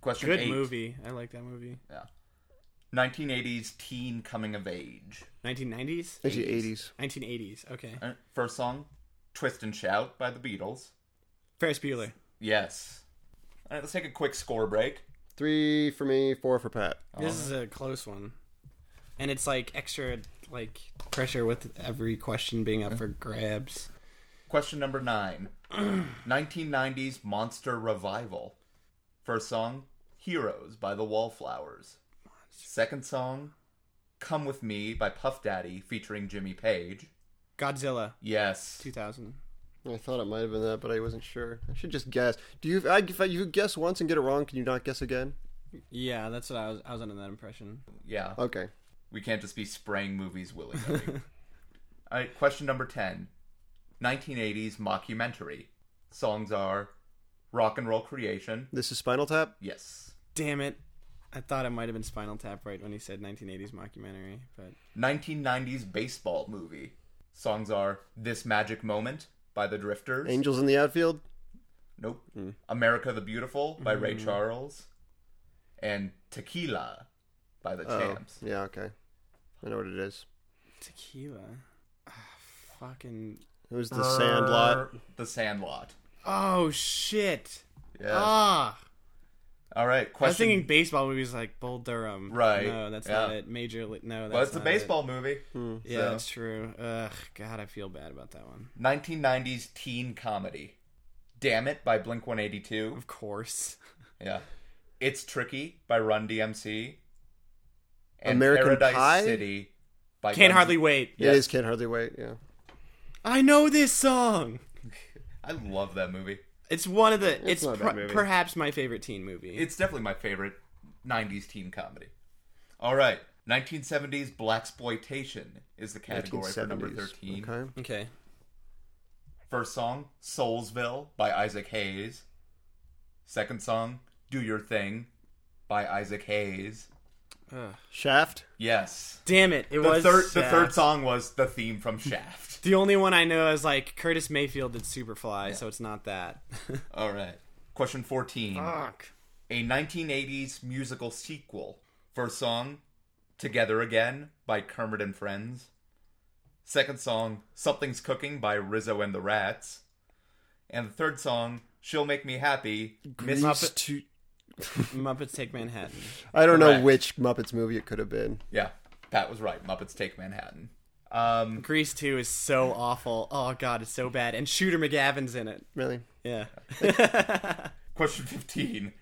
[SPEAKER 1] Question
[SPEAKER 5] Good
[SPEAKER 1] eight.
[SPEAKER 5] movie. I like that movie.
[SPEAKER 1] Yeah. 1980s teen coming of age.
[SPEAKER 5] 1990s?
[SPEAKER 2] 1980s.
[SPEAKER 5] 1980s. Okay.
[SPEAKER 1] Uh, First song, Twist and Shout by the Beatles.
[SPEAKER 5] Ferris Bueller.
[SPEAKER 1] Yes. All right, let's take a quick score break.
[SPEAKER 2] Three for me, four for Pat.
[SPEAKER 5] This
[SPEAKER 1] Oh.
[SPEAKER 5] is a close one. And it's like extra like pressure with every question being up for grabs.
[SPEAKER 1] Question number
[SPEAKER 5] (clears throat)
[SPEAKER 1] nine 1990s Monster Revival. First song, Heroes by the Wallflowers. Second song, Come With Me by Puff Daddy featuring Jimmy Page.
[SPEAKER 5] Godzilla
[SPEAKER 1] Yes.
[SPEAKER 5] 2000.
[SPEAKER 2] I thought it might have been that, but I wasn't sure. I should just guess. Do you? I, if you guess once and get it wrong, can you not guess again?
[SPEAKER 5] Yeah, that's what I was I was under that impression.
[SPEAKER 1] Yeah.
[SPEAKER 2] Okay.
[SPEAKER 1] We can't just be spraying movies willy
[SPEAKER 5] (laughs)
[SPEAKER 1] nilly. All right, question number 10 1980s mockumentary. Songs are Rock and Roll Creation.
[SPEAKER 2] This is Spinal Tap.
[SPEAKER 1] Yes.
[SPEAKER 5] Damn it. I thought it might have been Spinal Tap right when he said 1980s mockumentary, but
[SPEAKER 1] 1990s baseball movie. Songs are This Magic Moment by The Drifters.
[SPEAKER 2] Angels in the Outfield.
[SPEAKER 5] Hmm.
[SPEAKER 1] Nope. America the Beautiful by Ray Charles. and Tequila by the
[SPEAKER 2] Oh,
[SPEAKER 1] Champs.
[SPEAKER 2] yeah, okay. I know what it is.
[SPEAKER 5] Tequila. Ah, fucking.
[SPEAKER 2] It was
[SPEAKER 1] Uh,
[SPEAKER 2] the Sandlot.
[SPEAKER 1] The Sandlot.
[SPEAKER 5] Oh shit.
[SPEAKER 1] Yes.
[SPEAKER 5] Ah.
[SPEAKER 1] All right.
[SPEAKER 5] I was
[SPEAKER 1] Question.
[SPEAKER 5] thinking baseball movies like Bull Durham.
[SPEAKER 1] Right,
[SPEAKER 5] No, that's
[SPEAKER 1] yeah.
[SPEAKER 5] not it. Major. League. No, that's
[SPEAKER 1] well, it's a
[SPEAKER 5] not
[SPEAKER 1] baseball movie.
[SPEAKER 5] It. Yeah,
[SPEAKER 1] so.
[SPEAKER 5] that's true. Ugh, God, I feel bad about that one.
[SPEAKER 1] 1990s teen comedy. Damn It by Blink 182.
[SPEAKER 5] Of course.
[SPEAKER 1] Yeah. It's Tricky by Run DMC. And
[SPEAKER 2] American
[SPEAKER 1] Paradise
[SPEAKER 2] Pie?
[SPEAKER 1] City by
[SPEAKER 5] Can't
[SPEAKER 1] Guns-
[SPEAKER 5] hardly wait.
[SPEAKER 1] Yeah.
[SPEAKER 2] It is Can't Hardly Wait, yeah.
[SPEAKER 5] I know this song.
[SPEAKER 1] I love that movie.
[SPEAKER 5] It's one of the. It's,
[SPEAKER 2] not a bad
[SPEAKER 5] per-
[SPEAKER 2] movie.
[SPEAKER 5] perhaps my favorite teen movie.
[SPEAKER 1] It's definitely my favorite 90s teen comedy. All right. 1970s black exploitation is the category for number
[SPEAKER 2] 1970s,
[SPEAKER 1] 13.
[SPEAKER 2] Okay.
[SPEAKER 5] okay.
[SPEAKER 1] First song, Soulsville by Isaac Hayes. Second song, Do Your Thing by Isaac Hayes.
[SPEAKER 2] Shaft?
[SPEAKER 1] Yes.
[SPEAKER 5] Damn it! It
[SPEAKER 1] The
[SPEAKER 5] was
[SPEAKER 1] third the
[SPEAKER 5] Shaft.
[SPEAKER 1] third song was the theme
[SPEAKER 5] (laughs)
[SPEAKER 1] from Shaft.
[SPEAKER 5] The only one I know is like Curtis Mayfield did Superfly, so it's not that. (laughs)
[SPEAKER 1] All right. Question 14.
[SPEAKER 5] Fuck.
[SPEAKER 1] A 1980s musical sequel. First song, Together Again by Kermit and Friends. Second song, Something's Cooking by Rizzo and the Rats. And the third song, She'll Make Me Happy, Miss
[SPEAKER 2] Muppets.
[SPEAKER 1] Muppet.
[SPEAKER 2] Two-
[SPEAKER 5] Muppets Take Manhattan.
[SPEAKER 2] I don't know
[SPEAKER 1] Correct.
[SPEAKER 2] which Muppets movie it could have been.
[SPEAKER 1] Yeah, Pat was right. Muppets Take Manhattan. Um,
[SPEAKER 5] Grease 2 is so awful. Oh god, it's so bad. And Shooter McGavin's in it.
[SPEAKER 2] Really?
[SPEAKER 5] Yeah.
[SPEAKER 1] question 15.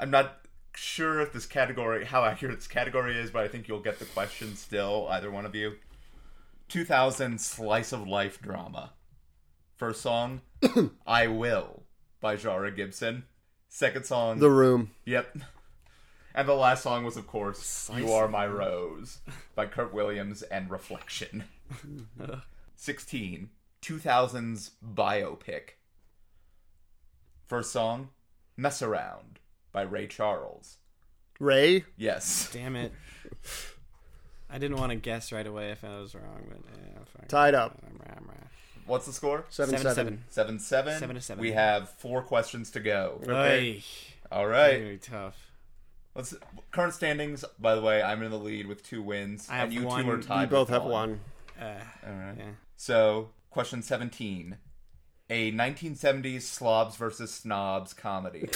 [SPEAKER 1] I'm not sure if this category, how accurate this category is, but I think you'll get the question still, either one of you. 2000 slice of life drama. First song, I Will by Jara Gibson. Second song,
[SPEAKER 2] The Room.
[SPEAKER 1] Yep. And the last song was, of course, You Are My Rose by Kurt Williams and
[SPEAKER 5] (laughs)
[SPEAKER 1] Reflection. 16. 2000's Biopic. First song, Mess Around by Ray Charles.
[SPEAKER 2] Ray?
[SPEAKER 1] Yes.
[SPEAKER 5] Damn it. I didn't want to guess right away if I was wrong, but yeah, fuck.
[SPEAKER 2] Tied up.
[SPEAKER 1] What's the score?
[SPEAKER 2] 7-7.
[SPEAKER 5] Seven seven.
[SPEAKER 1] 7 7.
[SPEAKER 5] Seven to seven.
[SPEAKER 1] We have four questions to go.
[SPEAKER 5] Okay.
[SPEAKER 1] All right.
[SPEAKER 5] Very tough.
[SPEAKER 1] Let's current standings. By the way, I'm in the lead with two wins,
[SPEAKER 5] I have
[SPEAKER 1] and you
[SPEAKER 5] one.
[SPEAKER 1] two are
[SPEAKER 5] You
[SPEAKER 1] tied.
[SPEAKER 2] You both
[SPEAKER 1] with
[SPEAKER 2] have one.
[SPEAKER 1] So, question 17. A 1970s slobs versus snobs comedy.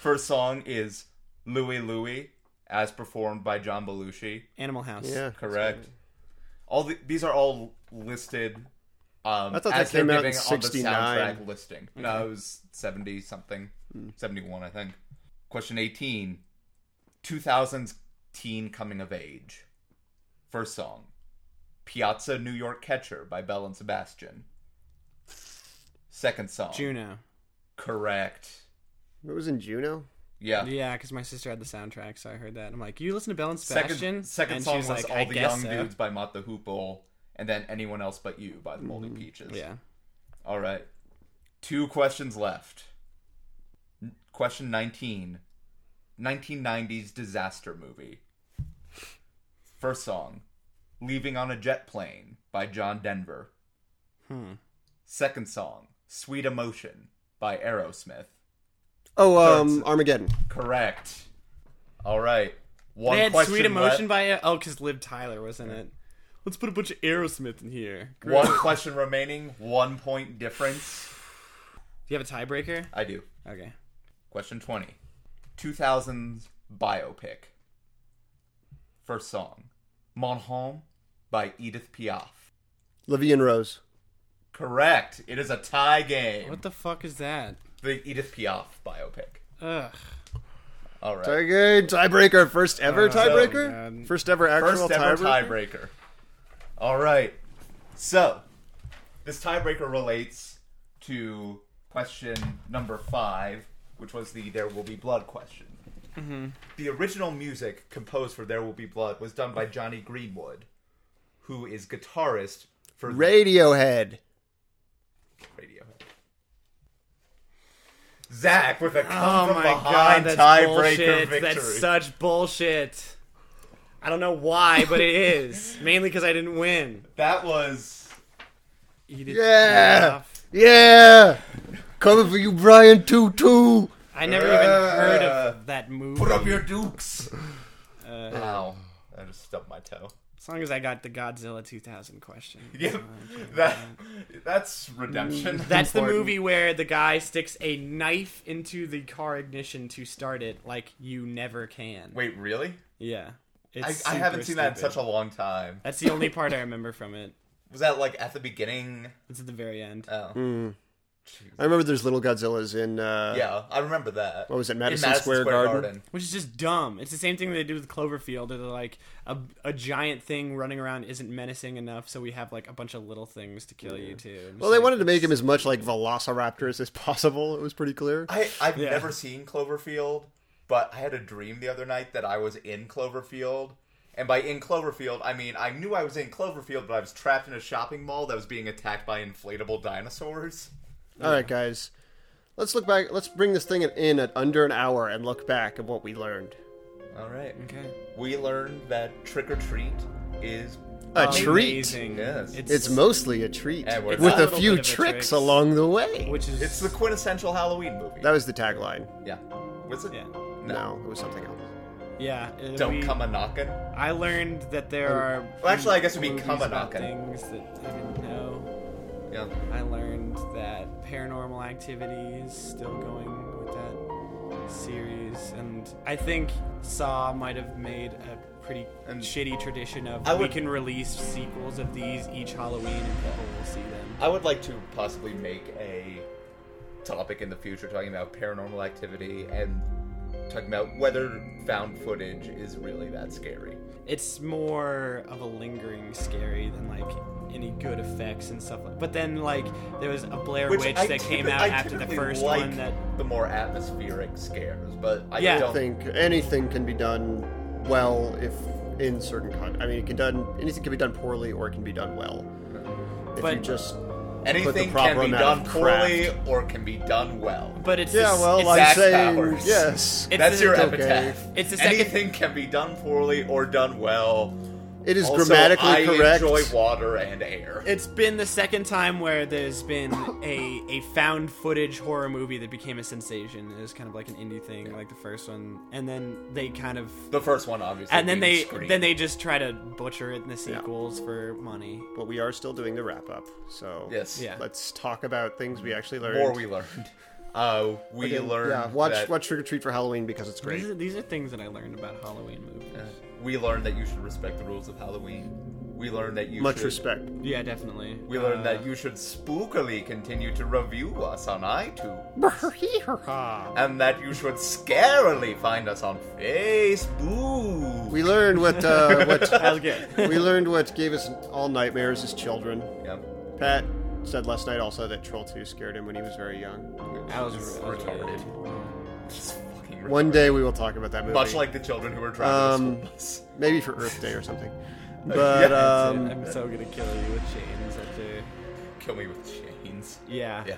[SPEAKER 1] First song is Louie Louie, as performed by John Belushi.
[SPEAKER 5] Animal House.
[SPEAKER 2] Yeah.
[SPEAKER 1] Correct. All the, these are all listed. Um,
[SPEAKER 2] I thought
[SPEAKER 1] as
[SPEAKER 2] that came
[SPEAKER 1] they're
[SPEAKER 2] out in
[SPEAKER 1] giving On
[SPEAKER 2] 69.
[SPEAKER 5] Mm-hmm.
[SPEAKER 1] the soundtrack listing. No, it was 70 something,
[SPEAKER 5] Hmm.
[SPEAKER 1] 71, I think. Question 18 2000s teen coming of age. First song Piazza New York Catcher by Bell and Sebastian. Second song
[SPEAKER 5] Juno.
[SPEAKER 1] Correct.
[SPEAKER 2] It was in Juno?
[SPEAKER 1] Yeah.
[SPEAKER 5] Yeah, because my sister had the soundtrack, so I heard that. I'm like, you listen to Bell and Sebastian?
[SPEAKER 1] Second, second
[SPEAKER 5] and
[SPEAKER 1] song
[SPEAKER 5] she's
[SPEAKER 1] was
[SPEAKER 5] like,
[SPEAKER 1] All
[SPEAKER 5] I
[SPEAKER 1] the Young
[SPEAKER 5] guess so.
[SPEAKER 1] Dudes by Mott the Hoople, and then Anyone Else But You by the Moldy Peaches.
[SPEAKER 5] Mm-hmm. Yeah.
[SPEAKER 1] All right. Two questions left. N- Question 19 1990s disaster movie. First song Leaving on a Jet Plane by John Denver.
[SPEAKER 5] Hmm.
[SPEAKER 1] Second song Sweet Emotion by Aerosmith.
[SPEAKER 2] Oh, um,
[SPEAKER 1] That's-
[SPEAKER 2] Armageddon.
[SPEAKER 1] Correct. All right. One
[SPEAKER 5] They had
[SPEAKER 1] question
[SPEAKER 5] Sweet Emotion
[SPEAKER 1] left-
[SPEAKER 5] by oh, because Liv Tyler wasn't it. Let's put a bunch of Aerosmith in here. Do
[SPEAKER 1] One question remaining, one point difference.
[SPEAKER 5] you have a tiebreaker?
[SPEAKER 1] I do.
[SPEAKER 5] Okay.
[SPEAKER 1] Question 20. 2000s biopic. First song, Mon Homme by Edith Piaf.
[SPEAKER 2] Levy and Rose.
[SPEAKER 1] Correct. It is a tie game.
[SPEAKER 5] What the fuck is that?
[SPEAKER 1] The Edith Piaf biopic.
[SPEAKER 5] Ugh.
[SPEAKER 1] All right.
[SPEAKER 2] Tie game, tiebreaker, first ever tiebreaker,
[SPEAKER 5] man.
[SPEAKER 2] first ever actual
[SPEAKER 1] First ever
[SPEAKER 2] tiebreaker.
[SPEAKER 1] tiebreaker. All right. So, this tiebreaker relates to question number five, which was the There Will Be Blood question.
[SPEAKER 5] Mm-hmm.
[SPEAKER 1] The original music composed for There Will Be Blood was done by Johnny Greenwood, who is guitarist for
[SPEAKER 2] Radiohead.
[SPEAKER 1] Radiohead. Zach with a come
[SPEAKER 5] Oh
[SPEAKER 1] from
[SPEAKER 5] my god,
[SPEAKER 1] behind
[SPEAKER 5] that's
[SPEAKER 1] tiebreaker
[SPEAKER 5] bullshit.
[SPEAKER 1] victory.
[SPEAKER 5] That's such bullshit. I don't know why, but it is
[SPEAKER 1] (laughs)
[SPEAKER 5] mainly because I didn't win.
[SPEAKER 1] that was
[SPEAKER 5] Edith
[SPEAKER 2] Yeah.
[SPEAKER 5] Piaf.
[SPEAKER 2] Yeah, coming for you, Brian Tutu.
[SPEAKER 5] I never even heard of that movie.
[SPEAKER 1] Uh. Put up your dukes. Ow. Uh, I just stubbed my (laughs) toe.
[SPEAKER 5] As long as I got the Godzilla 2000 question.
[SPEAKER 1] (laughs) Yep. That, that's (laughs) redemption.
[SPEAKER 5] That's the
[SPEAKER 1] Important.
[SPEAKER 5] movie where the guy sticks a knife into the car ignition to start it, like you never can.
[SPEAKER 1] Wait, really?
[SPEAKER 5] Yeah.
[SPEAKER 1] I,
[SPEAKER 5] It's
[SPEAKER 1] I haven't
[SPEAKER 5] super
[SPEAKER 1] seen that in
[SPEAKER 5] stupid.
[SPEAKER 1] such a long time.
[SPEAKER 5] That's the only part I remember from it.
[SPEAKER 1] Was that like at the beginning?
[SPEAKER 5] It's at the very end.
[SPEAKER 1] Oh.
[SPEAKER 2] I remember there's little Godzillas in. Uh,
[SPEAKER 1] Yeah, I remember that. What
[SPEAKER 2] was it, Madison Square Garden?
[SPEAKER 5] which is just dumb. It's the same thing they do with Cloverfield. They're like a, a giant thing running around isn't menacing enough, so we have like a bunch of little things to kill you too. I'm just
[SPEAKER 2] Well, they
[SPEAKER 5] like,
[SPEAKER 2] wanted to make him as much like Velociraptors as possible. It was pretty clear.
[SPEAKER 1] I, I've never seen Cloverfield, but I had a dream the other night that I was in Cloverfield. And by in Cloverfield, I mean I knew I was in Cloverfield, but I was trapped in a shopping mall that was being attacked by inflatable dinosaurs.
[SPEAKER 2] All right, guys, let's look back. Let's bring this thing in at under an hour and look back at what we learned.
[SPEAKER 1] All right.
[SPEAKER 5] Okay.
[SPEAKER 1] We learned that trick or treat is.
[SPEAKER 2] A treat.
[SPEAKER 5] Amazing.
[SPEAKER 1] Yes.
[SPEAKER 2] It's mostly a treat
[SPEAKER 1] Yeah, we're-
[SPEAKER 2] with
[SPEAKER 1] It's
[SPEAKER 5] a
[SPEAKER 2] a,
[SPEAKER 5] little
[SPEAKER 2] few
[SPEAKER 5] bit of a
[SPEAKER 2] tricks,
[SPEAKER 5] tricks.
[SPEAKER 2] along the way.
[SPEAKER 5] which is
[SPEAKER 1] It's the quintessential Halloween movie.
[SPEAKER 2] That was the tagline.
[SPEAKER 1] yeah. What's it?
[SPEAKER 5] yeah
[SPEAKER 2] No, it was something else.
[SPEAKER 5] yeah. uh,
[SPEAKER 1] Don't
[SPEAKER 5] we-
[SPEAKER 1] come a knocking.
[SPEAKER 5] I learned that there are.
[SPEAKER 1] Well, actually, I guess it'd be
[SPEAKER 5] movies
[SPEAKER 1] come a
[SPEAKER 5] about
[SPEAKER 1] knockin'.
[SPEAKER 5] Things that I didn't know.
[SPEAKER 1] Yeah.
[SPEAKER 5] I learned that Paranormal Activity is still going with that series, and I think Saw might have made a pretty
[SPEAKER 1] And-
[SPEAKER 5] shitty tradition of
[SPEAKER 1] I
[SPEAKER 5] we
[SPEAKER 1] would-
[SPEAKER 5] can release sequels of these each Halloween and people will see them.
[SPEAKER 1] I would like to possibly make a topic in the future talking about paranormal activity and talking about whether found footage is really that scary.
[SPEAKER 5] It's more of a lingering scary than like any good effects and stuff like. But then like there was a Blair Witch
[SPEAKER 1] I
[SPEAKER 5] that came
[SPEAKER 1] typi-
[SPEAKER 5] out
[SPEAKER 1] I
[SPEAKER 5] after the
[SPEAKER 1] typically
[SPEAKER 5] first
[SPEAKER 1] like
[SPEAKER 5] one that
[SPEAKER 1] the more atmospheric scares, but I
[SPEAKER 5] Yeah.
[SPEAKER 1] don't
[SPEAKER 2] I think anything can be done well if in certain con- I mean, it can done anything can be done poorly or it can be done well. If you
[SPEAKER 5] But-
[SPEAKER 2] just
[SPEAKER 1] anything can
[SPEAKER 2] proper
[SPEAKER 1] be
[SPEAKER 2] amount
[SPEAKER 1] done
[SPEAKER 2] of
[SPEAKER 1] poorly or can be done well.
[SPEAKER 5] But it's
[SPEAKER 2] yeah,
[SPEAKER 5] the,
[SPEAKER 2] well,
[SPEAKER 5] it's,
[SPEAKER 1] like-
[SPEAKER 2] I'm
[SPEAKER 1] Zach
[SPEAKER 2] saying
[SPEAKER 1] Powers.
[SPEAKER 2] yes.
[SPEAKER 5] It's
[SPEAKER 1] That's
[SPEAKER 5] a-
[SPEAKER 1] your
[SPEAKER 5] it's
[SPEAKER 2] okay.
[SPEAKER 1] epitaph.
[SPEAKER 5] It's the second-
[SPEAKER 1] anything can be done poorly or done well.
[SPEAKER 2] it is
[SPEAKER 1] Also,
[SPEAKER 2] grammatically
[SPEAKER 1] I
[SPEAKER 2] correct.
[SPEAKER 1] enjoy water and air.
[SPEAKER 5] it's been the second time where there's
[SPEAKER 1] (coughs)
[SPEAKER 5] been a a found footage horror movie that became a sensation. It was kind of like an indie thing, like the first one, and then they kind of
[SPEAKER 1] the first one, obviously,
[SPEAKER 5] and then
[SPEAKER 1] being
[SPEAKER 5] they
[SPEAKER 1] Scream.
[SPEAKER 5] then they just try to butcher it in the sequels for money.
[SPEAKER 2] but we are still doing the wrap up, so
[SPEAKER 1] Yes.
[SPEAKER 5] Yeah.
[SPEAKER 2] Let's talk about things we actually learned.
[SPEAKER 1] more we learned. Uh, we
[SPEAKER 2] Okay,
[SPEAKER 1] learned
[SPEAKER 2] Yeah, watch
[SPEAKER 1] that
[SPEAKER 2] watch Trick or Treat for Halloween because it's great.
[SPEAKER 5] These are, these are things that I learned about Halloween movies. Yeah,
[SPEAKER 1] we learned that you should respect the rules of Halloween. We learned that you
[SPEAKER 2] Much
[SPEAKER 1] should,
[SPEAKER 2] respect.
[SPEAKER 5] definitely.
[SPEAKER 1] We learned
[SPEAKER 5] Uh,
[SPEAKER 1] that you should spookily continue to review us on iTunes, and that you should scarily find us on Facebook.
[SPEAKER 2] We learned what
[SPEAKER 1] (laughs)
[SPEAKER 2] uh,
[SPEAKER 5] that
[SPEAKER 2] what
[SPEAKER 5] was good.
[SPEAKER 2] we learned what gave us all nightmares as children.
[SPEAKER 1] yeah,
[SPEAKER 2] Pat said last night also that Troll 2 scared him when he was very young.
[SPEAKER 5] That Uh, was
[SPEAKER 1] It's
[SPEAKER 5] really
[SPEAKER 1] retarded.
[SPEAKER 5] good.
[SPEAKER 1] Just fucking retarded.
[SPEAKER 2] One day we will talk about that movie.
[SPEAKER 1] much like the children who were driving the
[SPEAKER 2] Um,
[SPEAKER 1] school bus. (laughs)
[SPEAKER 2] Maybe for Earth Day or (laughs) something. But,
[SPEAKER 1] that's
[SPEAKER 2] um,
[SPEAKER 5] I'm so gonna kill you with chains after.
[SPEAKER 1] Kill me with chains.
[SPEAKER 5] Yeah.
[SPEAKER 1] Yeah.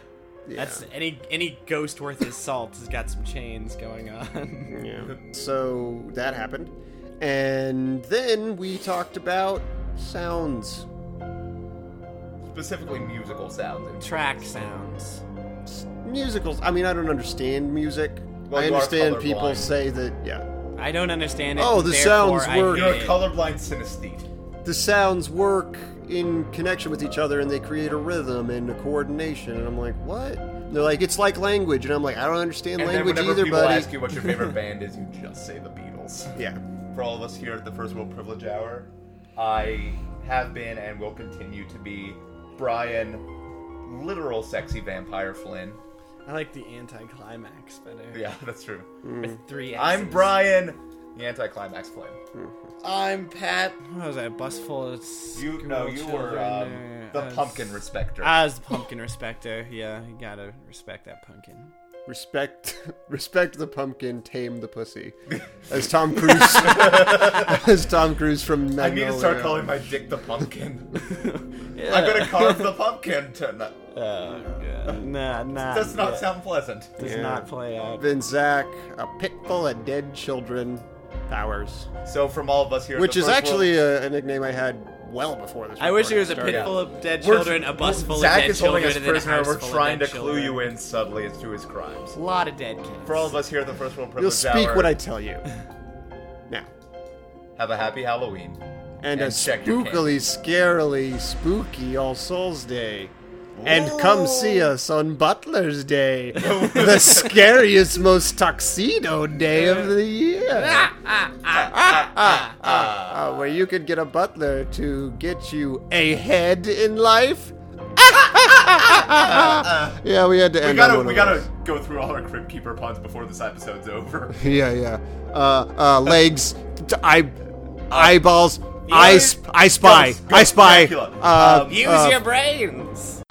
[SPEAKER 5] That's any any ghost worth his salt has got some chains going on. (laughs)
[SPEAKER 2] yeah. So that happened. And then we talked about sounds.
[SPEAKER 1] Specifically, musical sounds. And
[SPEAKER 5] Track sounds.
[SPEAKER 2] Musicals. I mean, I don't understand music.
[SPEAKER 1] Well,
[SPEAKER 2] I
[SPEAKER 1] you are
[SPEAKER 2] understand people
[SPEAKER 1] colorblind.
[SPEAKER 2] say that, yeah.
[SPEAKER 5] I don't understand it.
[SPEAKER 2] Oh, the
[SPEAKER 5] therefore
[SPEAKER 2] sounds
[SPEAKER 5] I
[SPEAKER 2] were-
[SPEAKER 5] hate
[SPEAKER 1] You're a
[SPEAKER 5] it.
[SPEAKER 1] colorblind synesthete.
[SPEAKER 2] The sounds work in connection with each other and they create a rhythm and a coordination. And I'm like, what? And they're like, it's like language. And I'm like, I don't understand
[SPEAKER 1] And
[SPEAKER 2] language
[SPEAKER 1] then whenever
[SPEAKER 2] either,
[SPEAKER 1] people
[SPEAKER 2] buddy.
[SPEAKER 1] ask you what your
[SPEAKER 2] (laughs)
[SPEAKER 1] favorite band is, you just say the Beatles.
[SPEAKER 2] yeah.
[SPEAKER 1] (laughs) For all of us here at the First World Privilege Hour, I have been and will continue to be Brian, literal sexy vampire Flynn. (laughs)
[SPEAKER 5] I like the anticlimax better.
[SPEAKER 1] Yeah, that's true.
[SPEAKER 5] With three X's.
[SPEAKER 1] Mm. I'm Brian, the anticlimax Flynn.
[SPEAKER 2] Mm-hmm.
[SPEAKER 5] I'm Pat. What was I? A bus full of s-
[SPEAKER 1] You no,
[SPEAKER 5] school
[SPEAKER 1] you were
[SPEAKER 5] children,
[SPEAKER 1] um,
[SPEAKER 5] uh,
[SPEAKER 1] the
[SPEAKER 5] as-
[SPEAKER 1] pumpkin respecter.
[SPEAKER 5] (laughs) As pumpkin respecter, yeah, you gotta respect that pumpkin.
[SPEAKER 2] Respect, (laughs) respect the pumpkin, tame the pussy, as Tom Cruise, (laughs) as Tom Cruise from
[SPEAKER 1] I
[SPEAKER 2] Magnolia.
[SPEAKER 1] need to start calling my dick the pumpkin.
[SPEAKER 5] (laughs)
[SPEAKER 1] (laughs) I'm gonna carve the pumpkin tonight.
[SPEAKER 5] Oh, God. (laughs) Nah, nah.
[SPEAKER 1] Does not
[SPEAKER 5] yeah.
[SPEAKER 1] sound pleasant.
[SPEAKER 5] Does
[SPEAKER 2] Yeah.
[SPEAKER 5] not play out.
[SPEAKER 2] Then Zach, a pit full of dead children, powers,
[SPEAKER 1] So from all of us here, at
[SPEAKER 2] which
[SPEAKER 1] the
[SPEAKER 2] is
[SPEAKER 1] First
[SPEAKER 2] actually a, a nickname I had well before this.
[SPEAKER 5] I wish
[SPEAKER 2] recording
[SPEAKER 5] there was a
[SPEAKER 2] started.
[SPEAKER 5] pit full of dead
[SPEAKER 1] We're-
[SPEAKER 5] children, a bus full
[SPEAKER 1] Zach
[SPEAKER 5] of dead
[SPEAKER 1] is holding
[SPEAKER 5] children,
[SPEAKER 1] us
[SPEAKER 5] and then a
[SPEAKER 1] prisoner.
[SPEAKER 5] house
[SPEAKER 1] We're
[SPEAKER 5] full of
[SPEAKER 1] trying to
[SPEAKER 5] dead
[SPEAKER 1] clue
[SPEAKER 5] children.
[SPEAKER 1] you in subtly as to his crimes.
[SPEAKER 5] A lot of dead kids.
[SPEAKER 1] For all of us here at the First World
[SPEAKER 2] You'll
[SPEAKER 1] Privilege
[SPEAKER 2] speak
[SPEAKER 1] Hour,
[SPEAKER 2] when I tell you. (laughs) Now.
[SPEAKER 1] have a happy Halloween.
[SPEAKER 2] And, a
[SPEAKER 1] And check your
[SPEAKER 2] spookily, scarily, spooky All Souls Day. And come see us on
[SPEAKER 1] (laughs)
[SPEAKER 2] Butler's Day, the scariest, most tuxedo day of the
[SPEAKER 1] (laughs)
[SPEAKER 2] year.
[SPEAKER 1] Ah,
[SPEAKER 2] Uh, where you could get a butler to get you ahead in life. (laughs) yeah, we had to end
[SPEAKER 1] We
[SPEAKER 2] on
[SPEAKER 1] gotta,
[SPEAKER 2] one
[SPEAKER 1] we
[SPEAKER 2] of
[SPEAKER 1] gotta
[SPEAKER 2] those.
[SPEAKER 1] go through all our Crypt Keeper puns before this episode's over.
[SPEAKER 2] Yeah, yeah. Uh, uh, legs, t- eye,
[SPEAKER 1] Uh,
[SPEAKER 2] eyeballs, I, sp- I spy,
[SPEAKER 1] (laughs) Ghost,
[SPEAKER 2] I
[SPEAKER 1] ghost,
[SPEAKER 2] spy.
[SPEAKER 1] Dracula.
[SPEAKER 2] Uh,
[SPEAKER 1] Um,
[SPEAKER 5] Use your brains.